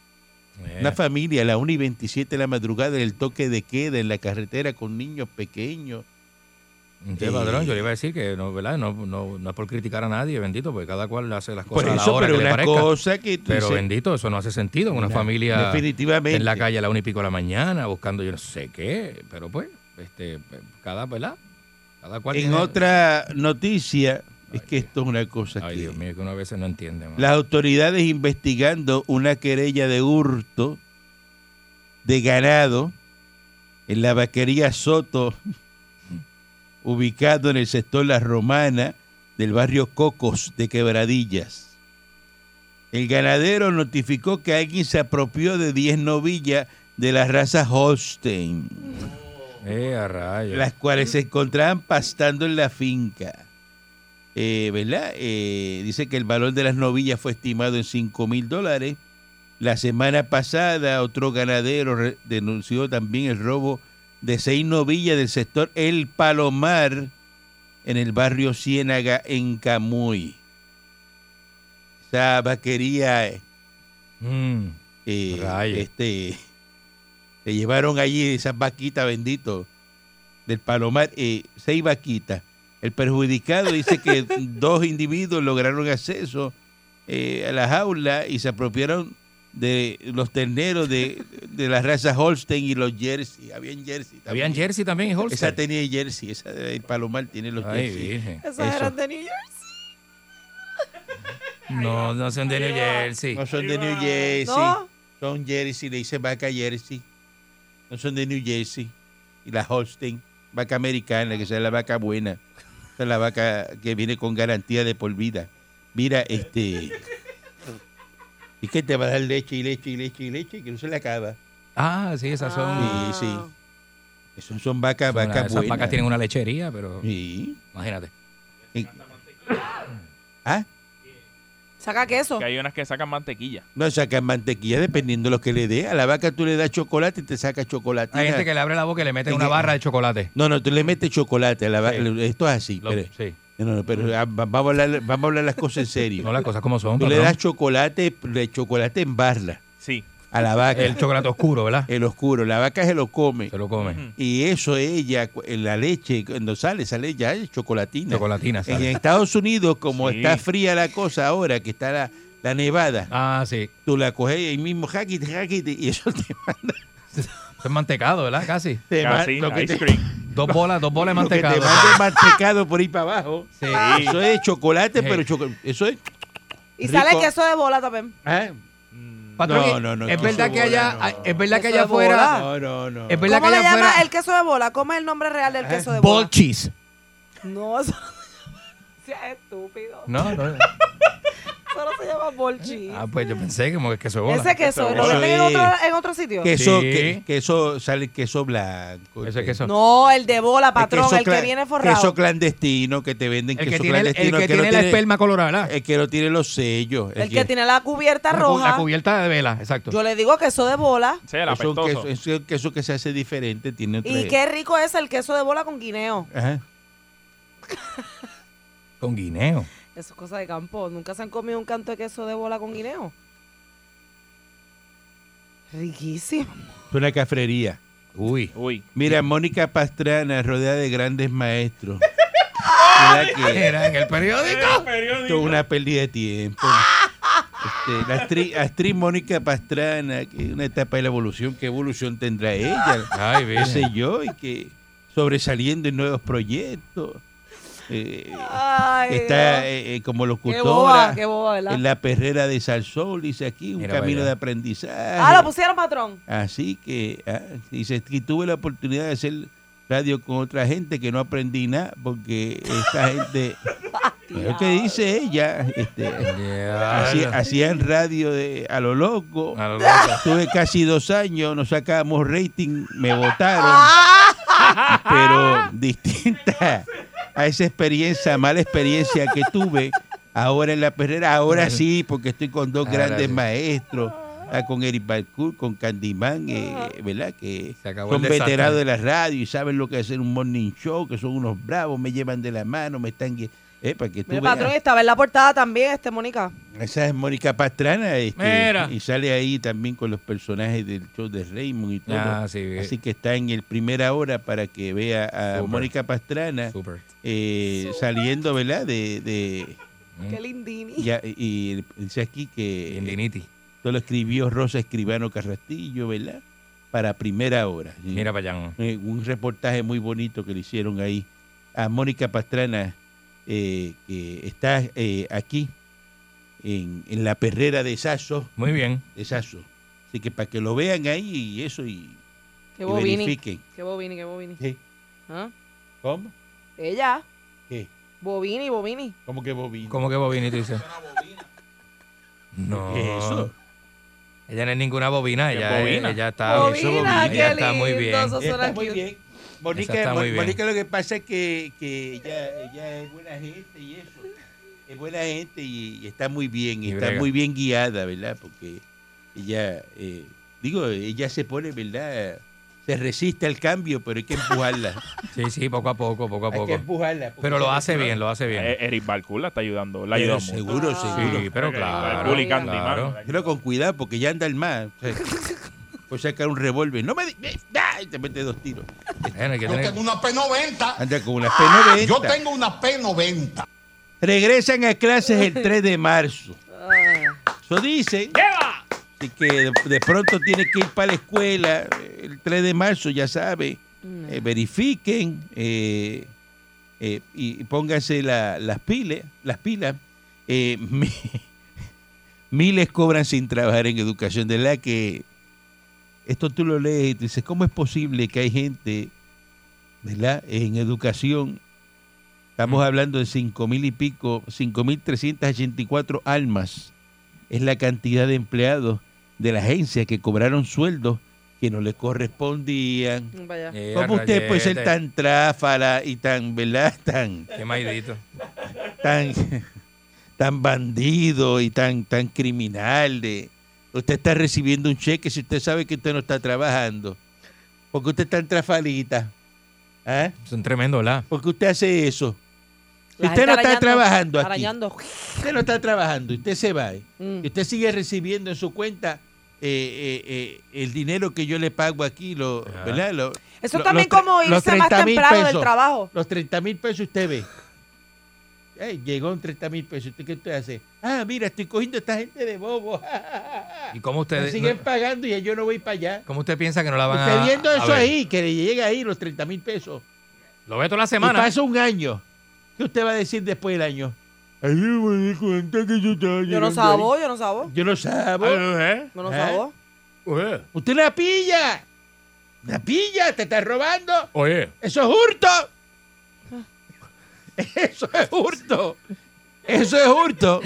eh.
Una familia a la 1 y 27 de la madrugada en el toque de queda en la carretera con niños pequeños.
Sí, padrón, yo le iba a decir que no, ¿verdad? No, no, no es por criticar a nadie, bendito, porque cada cual hace las
Por
cosas Pues a la
eso,
hora
pero
que le
una
parezca.
cosa que tú
pero
dices,
bendito, eso no hace sentido en una
na-
familia
definitivamente.
en la calle a la una y pico de la mañana buscando yo no sé qué, pero pues, este, cada, ¿verdad? Cada cual
En
tiene-
otra noticia, es
Ay,
que esto es una cosa
Ay,
que...
Dios mío, que uno a veces no entiende. mano.
Las autoridades investigando una querella de hurto de ganado en la vaquería Soto, ubicado en el sector La Romana, del barrio Cocos de Quebradillas. El ganadero notificó que alguien se apropió de 10 novillas de la raza Holstein,
Eh, a rayos.
las cuales se encontraban pastando en la finca. Eh, ¿Verdad? Eh, dice que el valor de las novillas fue estimado en 5 mil dólares. La semana pasada, otro ganadero re- denunció también el robo de seis novillas del sector El Palomar en el barrio Ciénaga en Camuy. Esa vaquería eh,
Mm.
eh,
Rayos.
este, se llevaron allí esas vaquitas, bendito, del Palomar, eh, seis vaquitas. El perjudicado dice que dos individuos lograron acceso eh, a la jaula y se apropiaron de los terneros de, de la raza Holstein y los Jersey. Habían Jersey. también.
Habían jersey también en Holstein.
Esa tenía Jersey, esa del Palomar tiene los
Ay,
Jersey.
virgen.
Esas
Eso.
eran de New Jersey.
No, no son de New Jersey.
No son de New Jersey.
¿No?
Son Jersey, le dice vaca Jersey. No son de New Jersey. Y la Holstein, vaca americana, que esa es la vaca buena. Esa es la vaca que viene con garantía de por vida. Mira, este. ¿Y qué te va a dar leche y leche y leche y leche? Que no se le acaba.
Ah, sí, esas son.
Ah.
Sí, sí. Eso son vacas,
son una-
vacas
esas
buenas.
vacas tienen una lechería, pero
Sí.
imagínate.
Y- ¿Ah?
Saca queso.
Que hay unas que sacan mantequilla.
No sacan mantequilla dependiendo de lo que le dé. A la vaca tú le das chocolate y te saca chocolate.
Hay gente que le abre la boca y le mete
Y
una
que-
barra de chocolate.
No, no, tú le metes chocolate a la vaca.
Sí.
Esto es así.
Lo-
pero-
sí.
no, no, pero ah, va- vamos a, hablar, vamos a hablar las cosas en serio.
No las cosas como son.
tú le
patrón.
das chocolate, le chocolate en barra
Sí.
a la vaca.
el
El,
chocolate oscuro, ¿verdad?
Eh. oscuro. La vaca se lo come.
Se lo come.
Y eso ella, cu- en la leche, cuando sale, sale ya es chocolatina.
Chocolatina,
En
¿sabes?
Estados Unidos, como
Sí.
está fría la cosa ahora, que está la, la nevada,
Ah, sí.
tú la coges y ahí mismo, jaquite, jaquite, y eso te manda.
Eso es mantecado, ¿verdad? Casi.
Te ma-
Casi,
lo que
ice
te-
cream.
Dos bolas, dos bolas de
lo que te
mantecado.
manda es mantecado por ahí para abajo.
Sí.
Eso es chocolate,
Sí.
pero chocolate. Eso es.
y sale
rico.
queso de bola también.
¿ah?
Patrón,
No,
y-
no, no,
Es
no,
verdad
eso
que
de
allá,
bola, no.
es verdad que
Eso
allá
de bola.
afuera.
No, no, no.
Ah. Es verdad
¿Cómo
que
le
allá
llama
afuera.
el queso de bola? ¿Cómo es el nombre real
Ah,
del queso de bola?
Ball cheese.
No, eso seas estúpido.
No, no.
Solo se llama bolchi.
Ah, pues yo pensé que como que eso es bola.
Ese queso, ¿lo
bola.
venden en
Sí.
otro, en otro sitio?
Queso,
Sí.
que, queso, sale queso blanco.
Ese queso.
No, el de bola, patrón, el, que
cla-
viene forrado.
Queso clandestino que te venden.
El que
queso
tiene, el
clandestino.
que tiene
no Eh,
la esperma colorada, ¿verdad?
El que no tiene los sellos.
el que tiene la cubierta
La cu-
roja.
La cubierta de vela, exacto.
Yo le digo queso de bola.
Sí, el
es un
apestoso.
queso, es un queso que se hace diferente. Tiene otra-
Y qué rico es el queso de bola con guineo.
Ajá.
Con guineo.
Eso es cosa de campo. ¿Nunca se han comido un canto de queso de bola con guineo? Riquísimo.
Es una cafrería.
Uy.
Uy.
Mira, Mónica Pastrana, rodeada de grandes maestros. Mira que-
Era en el periódico.
Esto es una pérdida de tiempo. Este, la actriz, actriz Mónica Pastrana, que es una etapa de la evolución, ¿qué evolución tendrá ella?
Ay,
qué sé yo, y que sobresaliendo en nuevos proyectos. Eh,
Ay,
está
Dios.
eh, eh, como
qué boba,
locutora
qué boba, ¿verdad?
en la perrera de Salsol, dice aquí, un
Mira para
camino
allá.
de aprendizaje.
Ah, lo pusieron, patrón.
Así que ah, dice que tuve la oportunidad de hacer radio con otra gente que no aprendí nada porque esta gente es lo que dice ella este,
Ah,
hacía- hacían radio de, a lo loco
A lo loco.
Tuve casi dos años, nos sacábamos rating, me votaron. Pero distinta a esa experiencia, mala experiencia que tuve ahora en la perrera, ahora sí, porque estoy con dos
Ahora
grandes
sí.
maestros, ah, con Eric Balcour, con Candyman, eh, ¿verdad? Que
Ah. Se acabó
son
el desastre.
veteranos de la radio y saben lo que es hacer un morning show, que son unos bravos, me llevan de la mano, me están... gui- Eh, para que tú Mm.
Mira,
veas.
patrón, estaba en la portada también, este, Mónica.
Esa es Mónica Pastrana. este,
Mira.
Y sale ahí también con los personajes del show de Raymond y todo.
Ah, sí.
Así que está en el primera hora para que vea a
Súper.
Mónica Pastrana
Súper.
eh, saliendo, ¿verdad? De, de-
Mm.
Qué lindini.
ya- y dice aquí que
Indiniti.
esto lo escribió Rosa Escribano Carrastillo, ¿verdad? Para primera hora. Sí.
Mira para allá.
Eh, un reportaje muy bonito que le hicieron ahí a Mónica Pastrana, eh, que está eh, aquí en, en la perrera de Sasso,
Muy bien.
de Sasso. Así que para que lo vean ahí y eso y,
Qué
y
bobini.
verifiquen.
Qué bobini, qué bobini.
Sí.
¿Ah?
¿Cómo?
Ella.
¿Qué?
Bobini, Bobini.
Como que bobina.
¿Cómo que bobina tú dices? No.
¿Qué es eso?
Ella no es ninguna bobina,
¿Qué
ella,
bobina?
ella está,
Bobina,
ella
qué
está muy
lindo,
bien.
eso-
Está
suena
muy
cute.
bien. Mónica,
Esa está muy
Mo-
bien.
Mónica lo que pasa es que, que ella, ella es buena gente y eso. Es buena gente y, y está muy bien,
Y
está
brega.
muy bien guiada, ¿verdad? Porque ella, eh, digo, ella se pone, ¿verdad? Se resiste al cambio, pero hay que empujarla.
Sí, sí, poco a poco, poco a
hay que
poco.
empujarla. porque
Pero lo
ella-
hace bien, lo hace bien.
Eh, Eric Barcool la está ayudando. La
Pero
ayudó mucho.
seguro,
Ah.
seguro.
Sí, pero
Eric
claro.
Barcool y Candy,
claro.
mano.
Pero con cuidado, porque ya anda el más. O sea, Puede sacar un revólver. No me. di- eh, ah, y Te mete dos tiros.
Bueno, hay que
Yo
tener-
tengo una P90.
Anda con una P90.
Ah, Yo tengo una P90.
Regresan a clases el 3 de marzo.
Ah,
Eso dicen. Así que de, de pronto tiene que ir para la escuela eh, el 3 de marzo, ya sabe.
mm.
Eh, verifiquen eh, eh, y y pónganse la- las pilas. Las pilas. Eh, mi- miles cobran sin trabajar en educación. De la que esto tú lo lees y tú dices, ¿cómo es posible que hay gente, ¿verdad? En educación, estamos hablando de cinco mil y pico, 5.384 almas, es la cantidad de empleados de la agencia que cobraron sueldos que no les correspondían.
Vaya.
Eh,
¿Cómo usted puede ser
rayete,
tan tráfala y tan, ¿verdad? Tan,
Qué maidito.
tan, tan bandido y tan, tan criminal de usted está recibiendo un cheque si usted sabe que usted no está trabajando. Porque usted está en trafalita. ¿Ah?
Son tremendo, ¿verdad?
Porque usted hace eso.
La
usted
gente
no está
arañando,
trabajando aquí.
arañando.
Usted no está trabajando, usted se va. ¿eh?
Mm.
Y usted sigue recibiendo en su cuenta eh, eh, eh, el dinero que yo le pago aquí, lo,
Ajá.
¿verdad? Lo-
Eso
lo-
también
los tre-
como
los
irse más
30.000
temprano del
pesos.
trabajo.
Los 30 mil pesos usted ve. Ay, llegó un 30 mil pesos. ¿Usted qué usted hace? Ah, mira, estoy cogiendo a esta gente de bobo.
¿Y cómo
Me
usted,
siguen pagando y yo no voy para allá.
cómo usted piensa que no la van a
Usted viendo
a
eso
ver?
ahí, que le llega ahí los 30 mil pesos.
Lo ve toda la
Y
semana. ¿eh?
pasa un año. ¿Qué usted va a decir después del año? Ay, yo me di cuenta que yo estaba
Yo no
llegando
sabo, yo no sabo.
ahí. Yo no sabo.
¿Eh?
Yo no
¿Eh?
sabo.
Oye.
Usted la pilla. La pilla, te estás robando.
Oye.
Eso es hurto.
Ah.
Eso es hurto. Eso es hurto.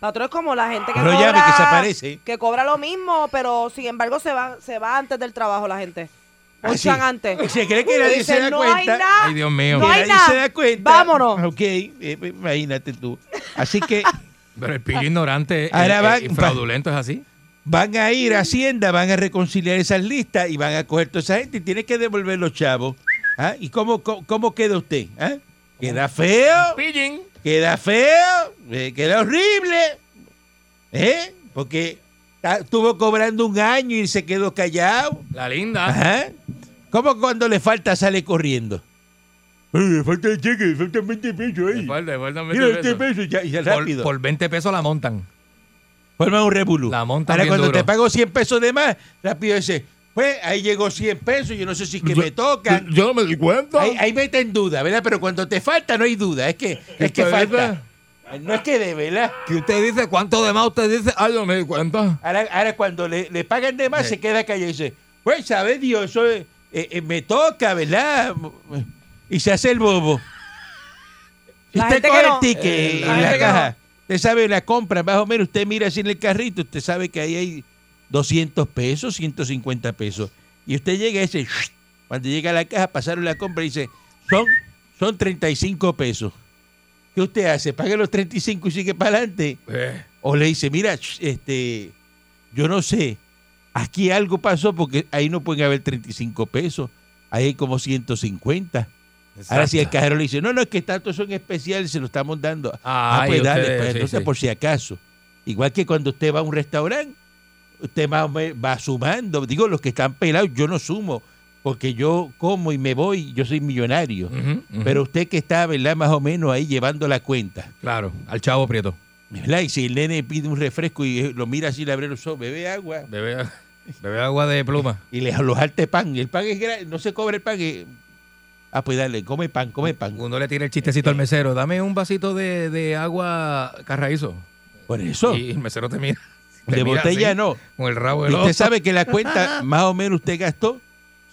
La otra es como la gente que
Pero
cobra,
ya ve que se aparece.
que cobra lo mismo, pero sin embargo se va, se va antes del trabajo la gente.
Ah, sí.
Mucho antes.
Se cree que nadie se
Dice,
da
no hay
cuenta.
nada.
Ay, Dios mío.
No
Que
hay
nadie se
nada.
da cuenta.
Vámonos.
Ok, eh, imagínate tú. Así que
Pero el pillo ignorante eh,
Ahora
eh,
van-
y fraudulento es así.
van a ir a Hacienda, van a reconciliar esas listas y van a coger toda esa gente y tiene que devolver los chavos. ¿Ah? ¿Y cómo, cómo, cómo queda usted? ¿Ah? ¿Queda feo?
Pillín.
queda feo, eh, queda horrible, ¿eh? Porque ta- estuvo cobrando un año y se quedó callado.
La linda.
Ajá. ¿Cómo cuando le falta sale corriendo? Eh, le falta el cheque, le faltan 20 pesos ahí.
Devuelve, devuelve
Mira,
20
20
pesos.
pesos, ya, ya
Por,
rápido.
por 20 pesos la montan.
Forma un revolú.
La monta
Ahora
bien
cuando
duro.
te pago 100 pesos de más, rápido dice, pues ahí llegó 100 pesos, yo no sé si es que me tocan.
Yo no me di cuenta.
Ahí, ahí mete en duda, ¿verdad? Pero cuando te falta no hay duda, es que, es que
Usted
falta. No es que de, ¿verdad?
Que usted dice cuánto de más usted dice. Ay, yo no me di cuenta.
Ahora, ahora cuando le, le pagan de más,
Sí.
se queda callado y dice, pues, ¿sabes, Dios? Eso eh, eh, me toca, ¿verdad? Y se hace el bobo. Si
La
usted
gente
coge
que
el
no.
ticket
Eh, la
en la
gente que
caja, usted sabe la compra, más o menos, usted mira así en el carrito, usted sabe que ahí hay 200 pesos, 150 pesos. Y usted llega a ese, cuando llega a la caja, pasaron la compra y dice, son, son 35 pesos. ¿Qué usted hace? ¿Paga los 35 y sigue para adelante?
Eh,
O le dice, mira, ch, este, yo no sé, aquí algo pasó porque ahí no pueden haber 35 pesos, ahí hay como 150. Ahora si el
exacto.
cajero le dice, no, no, es que está todo eso en especial, se lo estamos dando. Ah,
Ay,
pues dale,
ustedes,
pues,
sí,
entonces
sí.
por si acaso. Igual que cuando usted va a un restaurante, usted más o menos va sumando. Digo, los que están pelados, yo no sumo, porque yo como y me voy, yo soy millonario.
Mm, Ujú, ujú.
Pero usted que está, ¿verdad? Más o menos ahí llevando la cuenta.
Claro, al chavo prieto.
¿Verdad? Y si el nene pide un refresco y eh, lo mira así, le abre los ojos, bebe agua
Bebe, bebe agua de pluma.
y le alojarte pan. El pan es gra- no se cobra el pan. eh. Ah, pues dale, come pan, come pan.
Uno le tira el chistecito al mesero. Dame un vasito de, de agua carraízo.
Por eso,
Y el mesero te mira. te
de
mira
botella
así,
no.
Con el rabo
Y
del
usted
ojo.
sabe que la cuenta, más o menos, usted gastó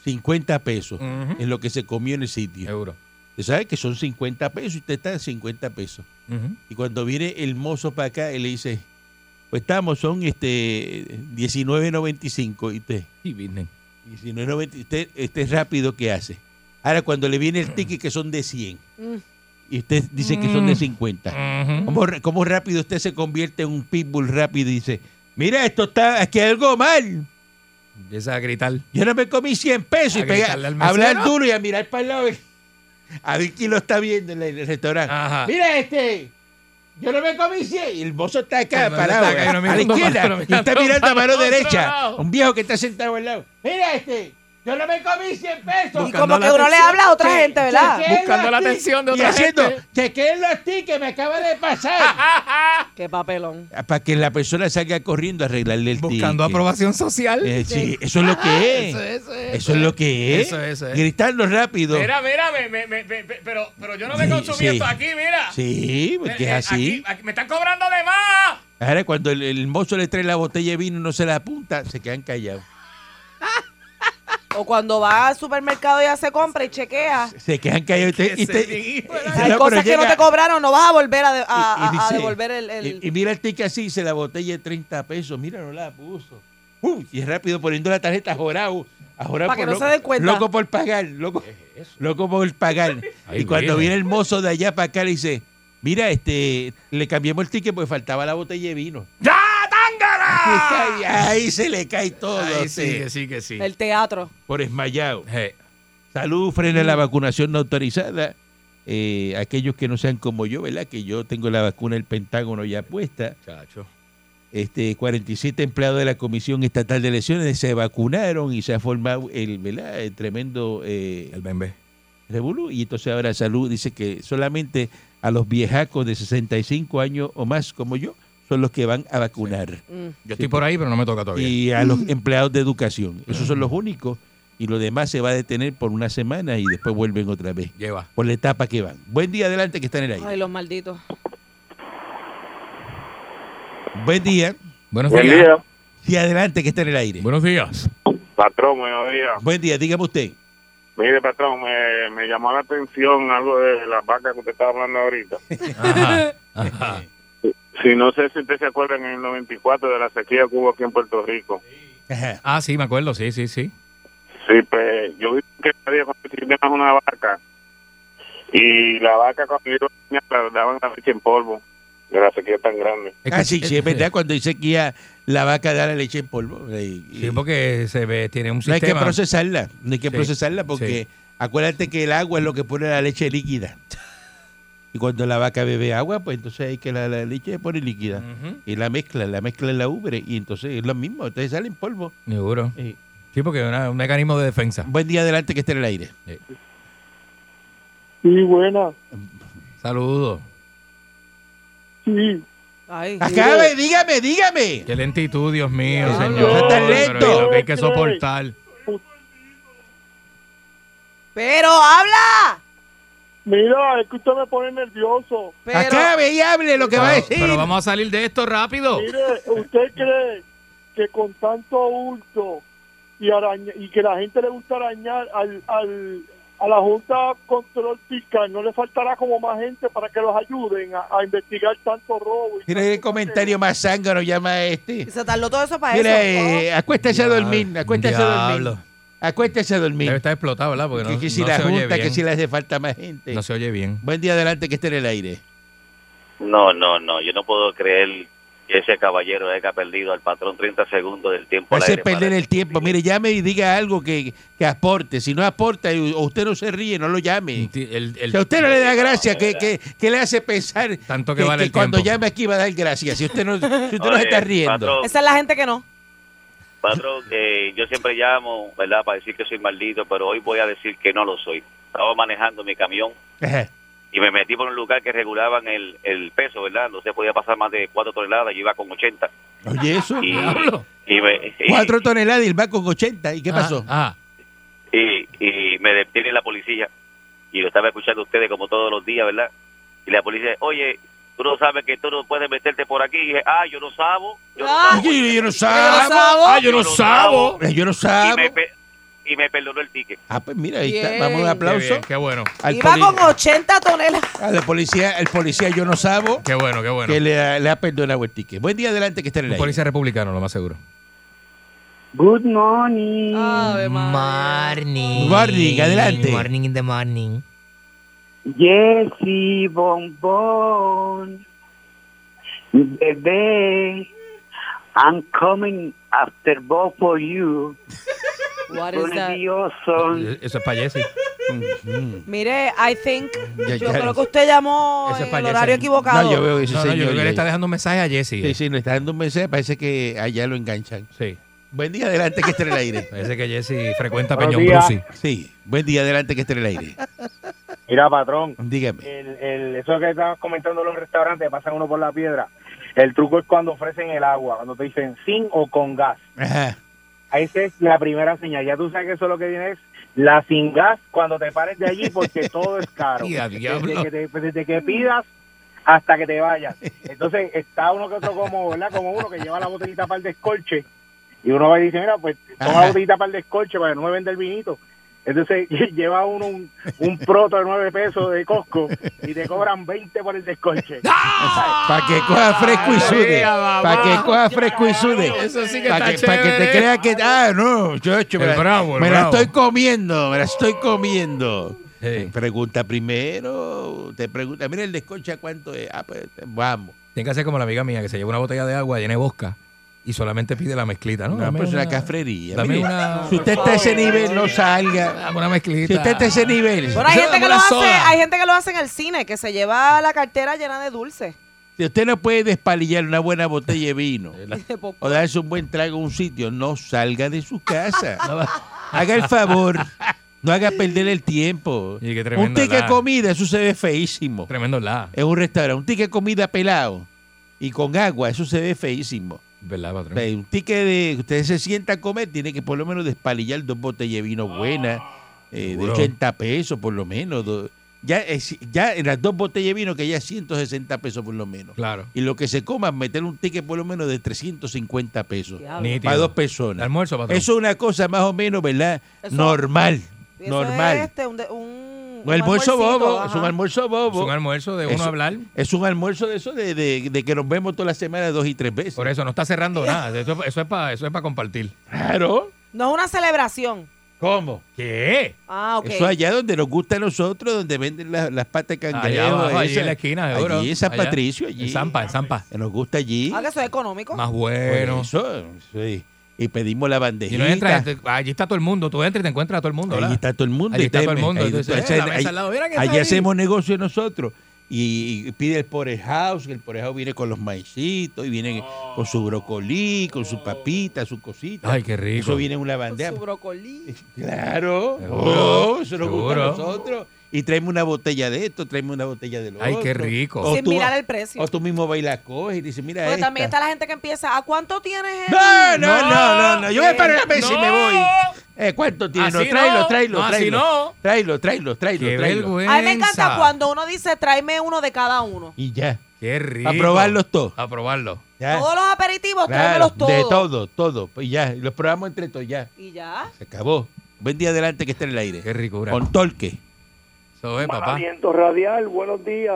50 pesos
Ujú.
en lo que se comió en el sitio.
Seguro.
Usted sabe que son 50 pesos y usted está en 50 pesos. Y cuando viene el mozo para acá, él le dice, pues estamos, son este 19.95 y usted...
Y business.
19.90, usted, usted es rápido que hace. Ahora, cuando le
Mm.
viene el ticket que son de 100
Mm.
y usted dice que son
Mm.
de 50,
Ujú.
¿cómo, ra- cómo rápido usted se convierte en un pitbull rápido y dice, mira, esto está, aquí hay algo mal.
Empieza a gritar.
Yo no me comí 100 pesos
A
y pegar,
gritarle al mesero.
hablar duro y a mirar para el lado. A ver quién lo está viendo en el- en el restaurante.
Ajá.
Mira este. Yo no me comí 100. Y el mozo está acá,
El mozo
parado. eh,
está acá, no
a la
mirando
izquierda.
para- no
y está
mirando
mirando a
para
mano
otro
derecha.
lado.
Un viejo que está sentado al lado. Mira este. Yo no me comí 100 pesos.
Y como que uno le habla a otra gente, ¿verdad?
Chequeen los
Buscando la
tickets.
atención de
Y
otra
haciendo,
gente.
Chequeen los tickets, me acaba de pasar.
Qué papelón.
Para que la persona salga corriendo a arreglarle el
Buscando
ticket.
aprobación social.
Eh, sí, eso es lo que es.
Eso, eso, eso.
Eso es lo que es.
Eso, eso, eso.
Gritando rápido.
Mira, mira, me- me- me- me- pero, pero yo no me
Sí,
consumí
sí.
esto aquí, mira.
Sí, porque es
Eh, eh,
así.
aquí- aquí- me están cobrando de más.
Ahora cuando el, el mozo le trae la botella de vino y no se la apunta, se quedan callados.
O cuando va al supermercado ya se compra y chequea.
Se quedan callados. Y, te- y te- y-
Hay
no,
cosas
pero
que no
llega-
te cobraron, no vas a volver a,
y-
de- a-
y
a- a
dice-
devolver el... el-
y- y mira el ticket así, dice la botella de 30 pesos. Mira, no la puso. Uh, y rápido poniendo la tarjeta a Jorao. A Jorao
Pa' que
por
no
loco-
se den cuenta.
Loco por pagar. Loco, loco por pagar.
Ay,
y cuando
mira.
viene el mozo de allá para acá le dice, mira, este, le cambiamos el ticket porque faltaba la botella de vino. ¡Ya, tángara! Y cae- ahí se le cae todo.
Ahí sí,
sí.
que sí, que sí.
el teatro.
Por esmayado.
Eh,
Salud frena la vacunación no autorizada. Eh, aquellos que no sean como yo, ¿verdad? Que yo tengo la vacuna del Pentágono ya puesta.
Chacho.
Este, 47 empleados de la Comisión Estatal de Elecciones se vacunaron y se ha formado el, ¿verdad? el tremendo eh,
El bembé.
revolú. Y entonces ahora Salud dice que solamente a los viejacos de 65 años o más como yo son los que van a vacunar.
Mm.
Yo estoy por ahí, pero no me toca todavía.
Y a los empleados de educación. Esos son los únicos. Y lo demás se va a detener por una semana y después vuelven otra vez
Lleva.
por la etapa que van. Buen día, adelante, que está en el aire.
Ay, los malditos.
Buen día
Buenos
Buen
días.
día,
y adelante, que está en el aire.
Buenos días.
patrón, buenos días.
Buen día, dígame usted.
Mire, patrón, me, me llamó la atención algo de las vacas que usted estaba hablando ahorita.
Ajá. Ajá.
Si no sé si usted se acuerda en el 94 de la sequía que hubo aquí en Puerto Rico.
Ajá.
Ah, sí, me acuerdo, sí, sí, sí.
Sí, pues yo vi que había conseguido una vaca y la vaca cuando iba a ordeñar, la daban la leche en polvo de la sequía tan grande.
Ah, sí, sí, es verdad, cuando dice que ya la vaca da la leche en polvo. eh, y-
Sí, porque se ve, tiene un
no hay
sistema.
que procesarla, no hay que
Sí,
procesarla porque acuérdate que el agua es lo que pone la leche líquida. Y cuando la vaca bebe agua, pues entonces hay que la, la leche se pone líquida.
Ujú.
Y la mezcla, la mezcla en la ubre y entonces es lo mismo, entonces sale en polvo.
Seguro.
Eh,
Sí, porque es una- un mecanismo de defensa.
buen día, adelante, que está en el aire.
Sí, buena,
Saludos.
sí.
Ay,
Acabe, dígame, dígame.
Qué lentitud, Dios mío,
Diablo.
señor.
No tan
Pero
lento.
y Lo que hay que soportar.
Pero habla.
Mira, es que usted me pone nervioso.
Pero,
Acabe y hable lo que va a
Pero,
decir.
pero vamos a salir de esto rápido.
Mire, ¿usted cree que con tanto hurto y, araña- y que la gente le gusta arañar al, al- a la Junta Control Fiscal, no le faltará como más gente para que los ayuden a, a investigar tanto robo? y
Mira
tanto
el comentario más zángano, llama a este.
se tardó todo eso para
Mira,
eso.
eh, acuéstese a dormir, acuéstese a dormir.
Diablo.
Acuéstese a
Debe
dormir.
estar explotado, ¿verdad? Porque
Que,
no,
que si
no
la
se oye
junta, que
bien.
si le hace falta más gente.
No se oye bien.
Buen día adelante que esté en el aire.
No, no, no. Yo no puedo creer que ese caballero haya perdido al patrón 30 segundos del tiempo. al
Hace
aire para
perder el
discutir.
tiempo. Mire, llame y diga algo que, que aporte. Si no aporta y- o usted no se ríe, no lo llame.
El- el- el-
Si a usted no le da gracia, que, que, que le hace pensar
Tanto que vale el
cuando
tiempo.
llame aquí va a dar gracia. Si usted no, si usted no se
Oye,
está riendo.
patrón,
Esa es la gente que no.
patrón, eh, yo siempre llamo, ¿verdad? Para decir que soy maldito, pero hoy voy a decir que no lo soy. Estaba manejando mi camión
Ajá.
y me metí por un lugar que regulaban el, el peso, ¿verdad? No se podía pasar más de 4 toneladas, yo iba con 80.
Oye, eso.
Y,
Diablo.
y me, y-
Ah, Cuatro toneladas y el va con 80. ¿Y qué
Ah,
pasó?
Ah,
y, y me detiene la policía y lo estaba escuchando ustedes como todos los días, ¿verdad? Y la policía, oye, tú no sabes que tú no puedes meterte por aquí. Y dije, ah, yo no sabo. Yo no
Ah,
sabo".
Yo, yo no
Pero,
sabo.
¿sabo?
yo no sabo.
Yo no
Y
sabo.
me, pe- y me perdonó el ticket.
Ah, pues mira, ahí está.
Bien.
Vamos un aplauso.
Qué bien,
qué bueno.
Iba con 80 toneladas.
al policía, el policía yo no sabo.
Qué bueno, qué bueno.
Que le, ha- le ha perdonado el ticket. Buen día adelante que está en el
Un
aire.
policía republicano, lo más seguro.
Good morning.
Morning.
Morning, adelante.
Morning in the morning.
Jessy Bombón. Bebé. I'm coming after both of you.
What
It's
is
gonna
that?
be awesome.
Eso es para Jessy.
Mm,
Mire, I think.
Ya,
yo
ya.
creo que usted llamó
Eso es
en
para
el
Jessy.
horario equivocado.
No, yo veo ese
No, no, yo
señor.
creo que le
ahí.
está dejando un mensaje a Jessy.
Sí, sí, le está dando un mensaje. Parece que allá lo enganchan.
Sí.
Buen día adelante que está en el aire.
Parece que Jessy frecuenta
Buenos
Peñón
días.
Brusi.
Sí. Buen día adelante que está en el aire.
Mira, patrón,
Dígame.
el, el- eso que estabas comentando los restaurantes, pasan uno por la piedra. El truco es cuando ofrecen el agua, cuando te dicen sin o con gas.
Ajá.
Esa es la primera señal. Ya tú sabes que eso lo que viene es la sin gas cuando te pares de allí porque todo es caro.
Ya, diablo.
desde, que te- pues, desde que pidas hasta que te vayas. Entonces está uno que otro como, ¿verdad? Como uno que lleva la botellita para el descolche y uno va y dice, mira, pues toma la botellita para el descolche para que no me venda el vinito. Entonces lleva uno un, un proto de 9 pesos de Costco y te cobran 20 por el descolche.
Ah,
Para que coja fresco y sude.
mamá.
Para que coja fresco y sude.
Eso sí que
Para
está
que, pa' que te
chévere.
crea que. Ah, no, yo, yo me,
El
la,
bravo, el
me la
bravo.
estoy comiendo, me la estoy comiendo. Pregunta primero, te pregunta, mira el desconcha cuánto es. Ah, pues vamos.
Tiene que hacer como la amiga mía que se lleva una botella de agua llena de bosca y solamente pide la mezclita, ¿no?
No,
Dame
pero es una
una-
cafrería.
dame
Mire,
una-
si usted está a ese nivel, no salga.
Dame una mezclita.
Si usted está a ese nivel.
Bueno, hay gente, que lo
Dame una
hace,
soda.
hay gente que lo hace en el cine, que se lleva la cartera llena de dulce.
Si usted no puede despalillar una buena botella de vino
de popcorn.
o darse un buen trago a un sitio, no salga de su casa. Haga el favor. No haga perder el tiempo.
Y qué
Un
tremendo
ticket
la-
comida, eso se ve feísimo.
Tremendo la.
En un restaurante. Un ticket comida pelado y con agua, eso se ve feísimo.
¿Verdad,
O
patrón?
sea, un ticket de que usted se sienta a comer, tiene que por lo menos despalillar dos botellas de vino buenas, eh, de
Seguro.
80 pesos por lo menos. do- ya, es- ya en las dos botellas de vino que ya es 160 pesos por lo menos.
Claro.
Y lo que se coma, meter un ticket por lo menos de 350 pesos
Nítido.
para dos personas.
Almuerzo, patrón.
Eso es una cosa más o menos, ¿verdad?
Eso-
normal.
Eso
normal.
es este, un, de- un-
un almuerzo
almuercito,
bobo,
ajá.
es un almuerzo bobo.
Es un almuerzo de uno
Eso-
hablar.
Es un almuerzo de eso, de, de- de que nos vemos toda la semana dos y tres veces.
Por e- eso no está cerrando nada. Eso, eso es para eso es para compartir.
Claro.
No es una celebración.
¿Cómo?
¿Qué?
Ah, ok.
Eso allá donde nos gusta a nosotros, donde venden las las patas de cangrejo.
Allá abajo, allí
esas.
en la esquina, seguro.
Allí en San
Allá.
Patricio, allí.
En Zampa, en Zampa.
Que nos gusta allí.
Ah, que eso es económico.
Más
Por
bueno.
eso, sí. Y pedimos la bandejita.
Y no entras, te- allí está todo el mundo. Tú entras y te encuentras a todo el mundo.
Allí
¿verdad?
está todo el mundo.
Allí está
y
todo el
temen.
mundo.
Ahí-
Entonces,
entonces,
eh, la mesa
ahí-
al lado, mira que está
allí
ahí.
hacemos negocio nosotros. Y, y pide el porridge house, que el porridge house viene con los maicitos, y viene con su brocolí, con su papita, su cosita.
Ay, qué rico.
Eso viene en una bandeja.
Su brocolí.
Claro.
Seguro,
Oh, eso nos gusta a
seguro.
nosotros. Y traeme una botella de esto, traeme una botella de lo
Ay,
otro.
qué rico.
O
Sin
tú-
mirar el precio.
O tú mismo vas y la coges y dices, mira
Porque
esta.
también está la gente que empieza, ¿a cuánto tienes? el-
No, no, no, no, no. Yo me paro en la mesa y me
No.
voy. Eh, ¿Cuánto tiene? No,
Así
tráelo,
no.
tráelo,
No, así
tráelo.
no.
Tráelo, tráelo, tráelo,
Qué
tráelo.
vergüenza.
A mí me encanta cuando uno dice, tráeme uno de cada uno.
Y ya.
Qué rico.
A probarlos todos.
A probarlo.
Ya.
Todos los aperitivos,
Claro,
tráemelos todos.
De todo, todo. Pues ya, los probamos entre todos, ya.
Y ya.
Se acabó. Buen día adelante que esté en el aire.
Qué ricura.
Con torque.
Eso es, papá.
Aliento radial, buenos días.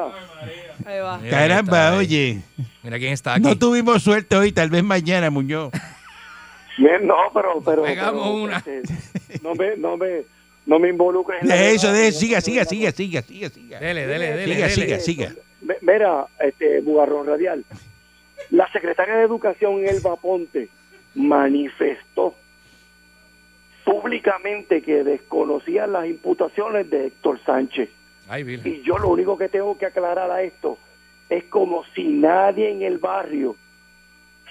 Ahí
Mira
va.
quién está
Caramba,
ahí.
oye.
Mira quién está aquí.
No tuvimos suerte hoy, tal vez mañana, Muñoz.
Bien, no, pero, pero,
Hagamos
pero,
una.
este, no me, no me, no me involucres. en la
De eso,
verdad.
de eso. Siga, siga, siga, siga, siga, siga.
Dele, dele, dele.
Siga,
dele.
siga, siga.
Me- Mira, este bugarrón radial. La secretaria de Educación Elba Ponte manifestó públicamente que desconocía las imputaciones de Héctor Sánchez.
Ay, Virgen.
Y yo lo único que tengo que aclarar a esto es como si nadie en el barrio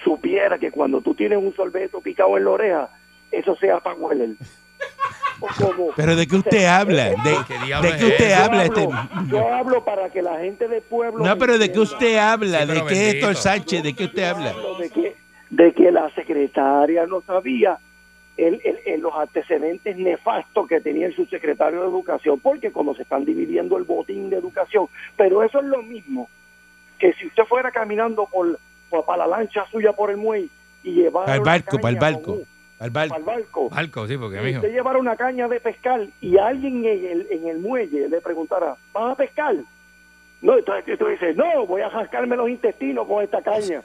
supiera que cuando tú tienes un sorbeto picado en la oreja, eso sea para hueler. O como-
Pero de qué usted habla, de,
¿Qué
de
diablo
qué
es
usted
yo
habla.
hablo-
Este,
yo hablo para que la gente del pueblo...
no,
me
pero de qué
entienda.
usted habla,
Sí,
de
pero
qué
bendito.
Héctor Sánchez, de qué usted habla.
Hablo de que, de que la secretaria no sabía el- el- el- los antecedentes nefastos que tenía el subsecretario de Educación, porque como se están dividiendo el botín de educación, pero eso es lo mismo que si usted fuera caminando por, por- para la lancha suya por el muey y llevara
Pa'l
una
barco,
caña
pa'l
con
barco,
un-
Al barco.
Al barco.
Barco, sí, porque,
Si
mijo.
usted llevara una caña de pescar y alguien en el, en el muelle le preguntara, ¿vas a pescar? No, entonces tú dices, no, voy a rascarme los intestinos con esta caña.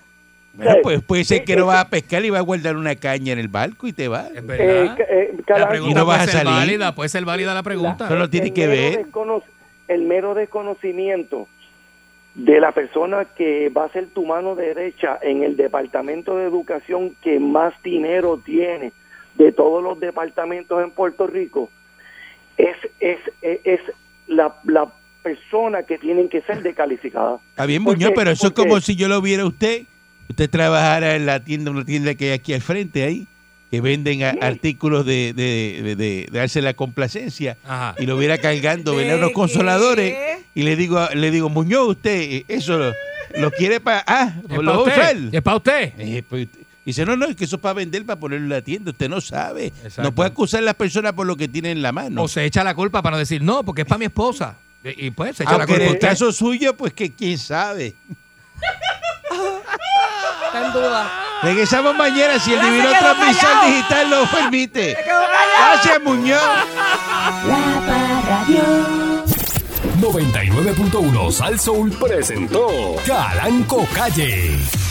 Bueno,
Sí.
pues puede ser que
Eh,
no
eh,
vas a pescar y vas a guardar una caña en el barco y te vas. Es
verdad. Eh, ca- eh,
la
cada-
pregunta
Y no
puede
vas a
ser
salir.
válida.
Puede ser válida la pregunta.
Solo tiene
el
que
mero
ver.
descono- el mero desconocimiento de la persona que va a ser tu mano derecha en el departamento de educación que más dinero tiene de todos los departamentos en Puerto Rico es es es, es la, la persona que tienen que ser descalificada.
Está bien,
¿Por
Muñoz,
qué?
pero eso es
Porque-
como si yo lo viera a usted. Usted trabajara en la tienda, una tienda que hay aquí al frente, ahí, que venden a- artículos de, de, de- de- de darse la complacencia, y lo viera cargando, ¿verdad? Unos consoladores, y le digo, a- le digo Muñoz, usted, eh, eso lo, lo quiere para. Ah,
Es
lo
pa'
va a
usted,
usar.
es pa' usted.
Eh, pues, dice, no, no, es que eso es para vender, para ponerlo en la tienda. Usted no sabe.
Exacto.
No puede acusar a las personas por lo que tiene en la mano.
O se echa la culpa para no decir, no, porque es para mi esposa. Y, y pues se echa
Aunque
la
en
culpa.
el
usted.
caso suyo, pues que quién sabe.
Está en duda.
Regresamos mañana si el
Ya se
Divino
quedó
Transmisión
callado.
Digital lo permite.
quedó callado.
Gracias, Muñoz.
La Parradio.
99.1 Sal Soul presentó Calanco Calle.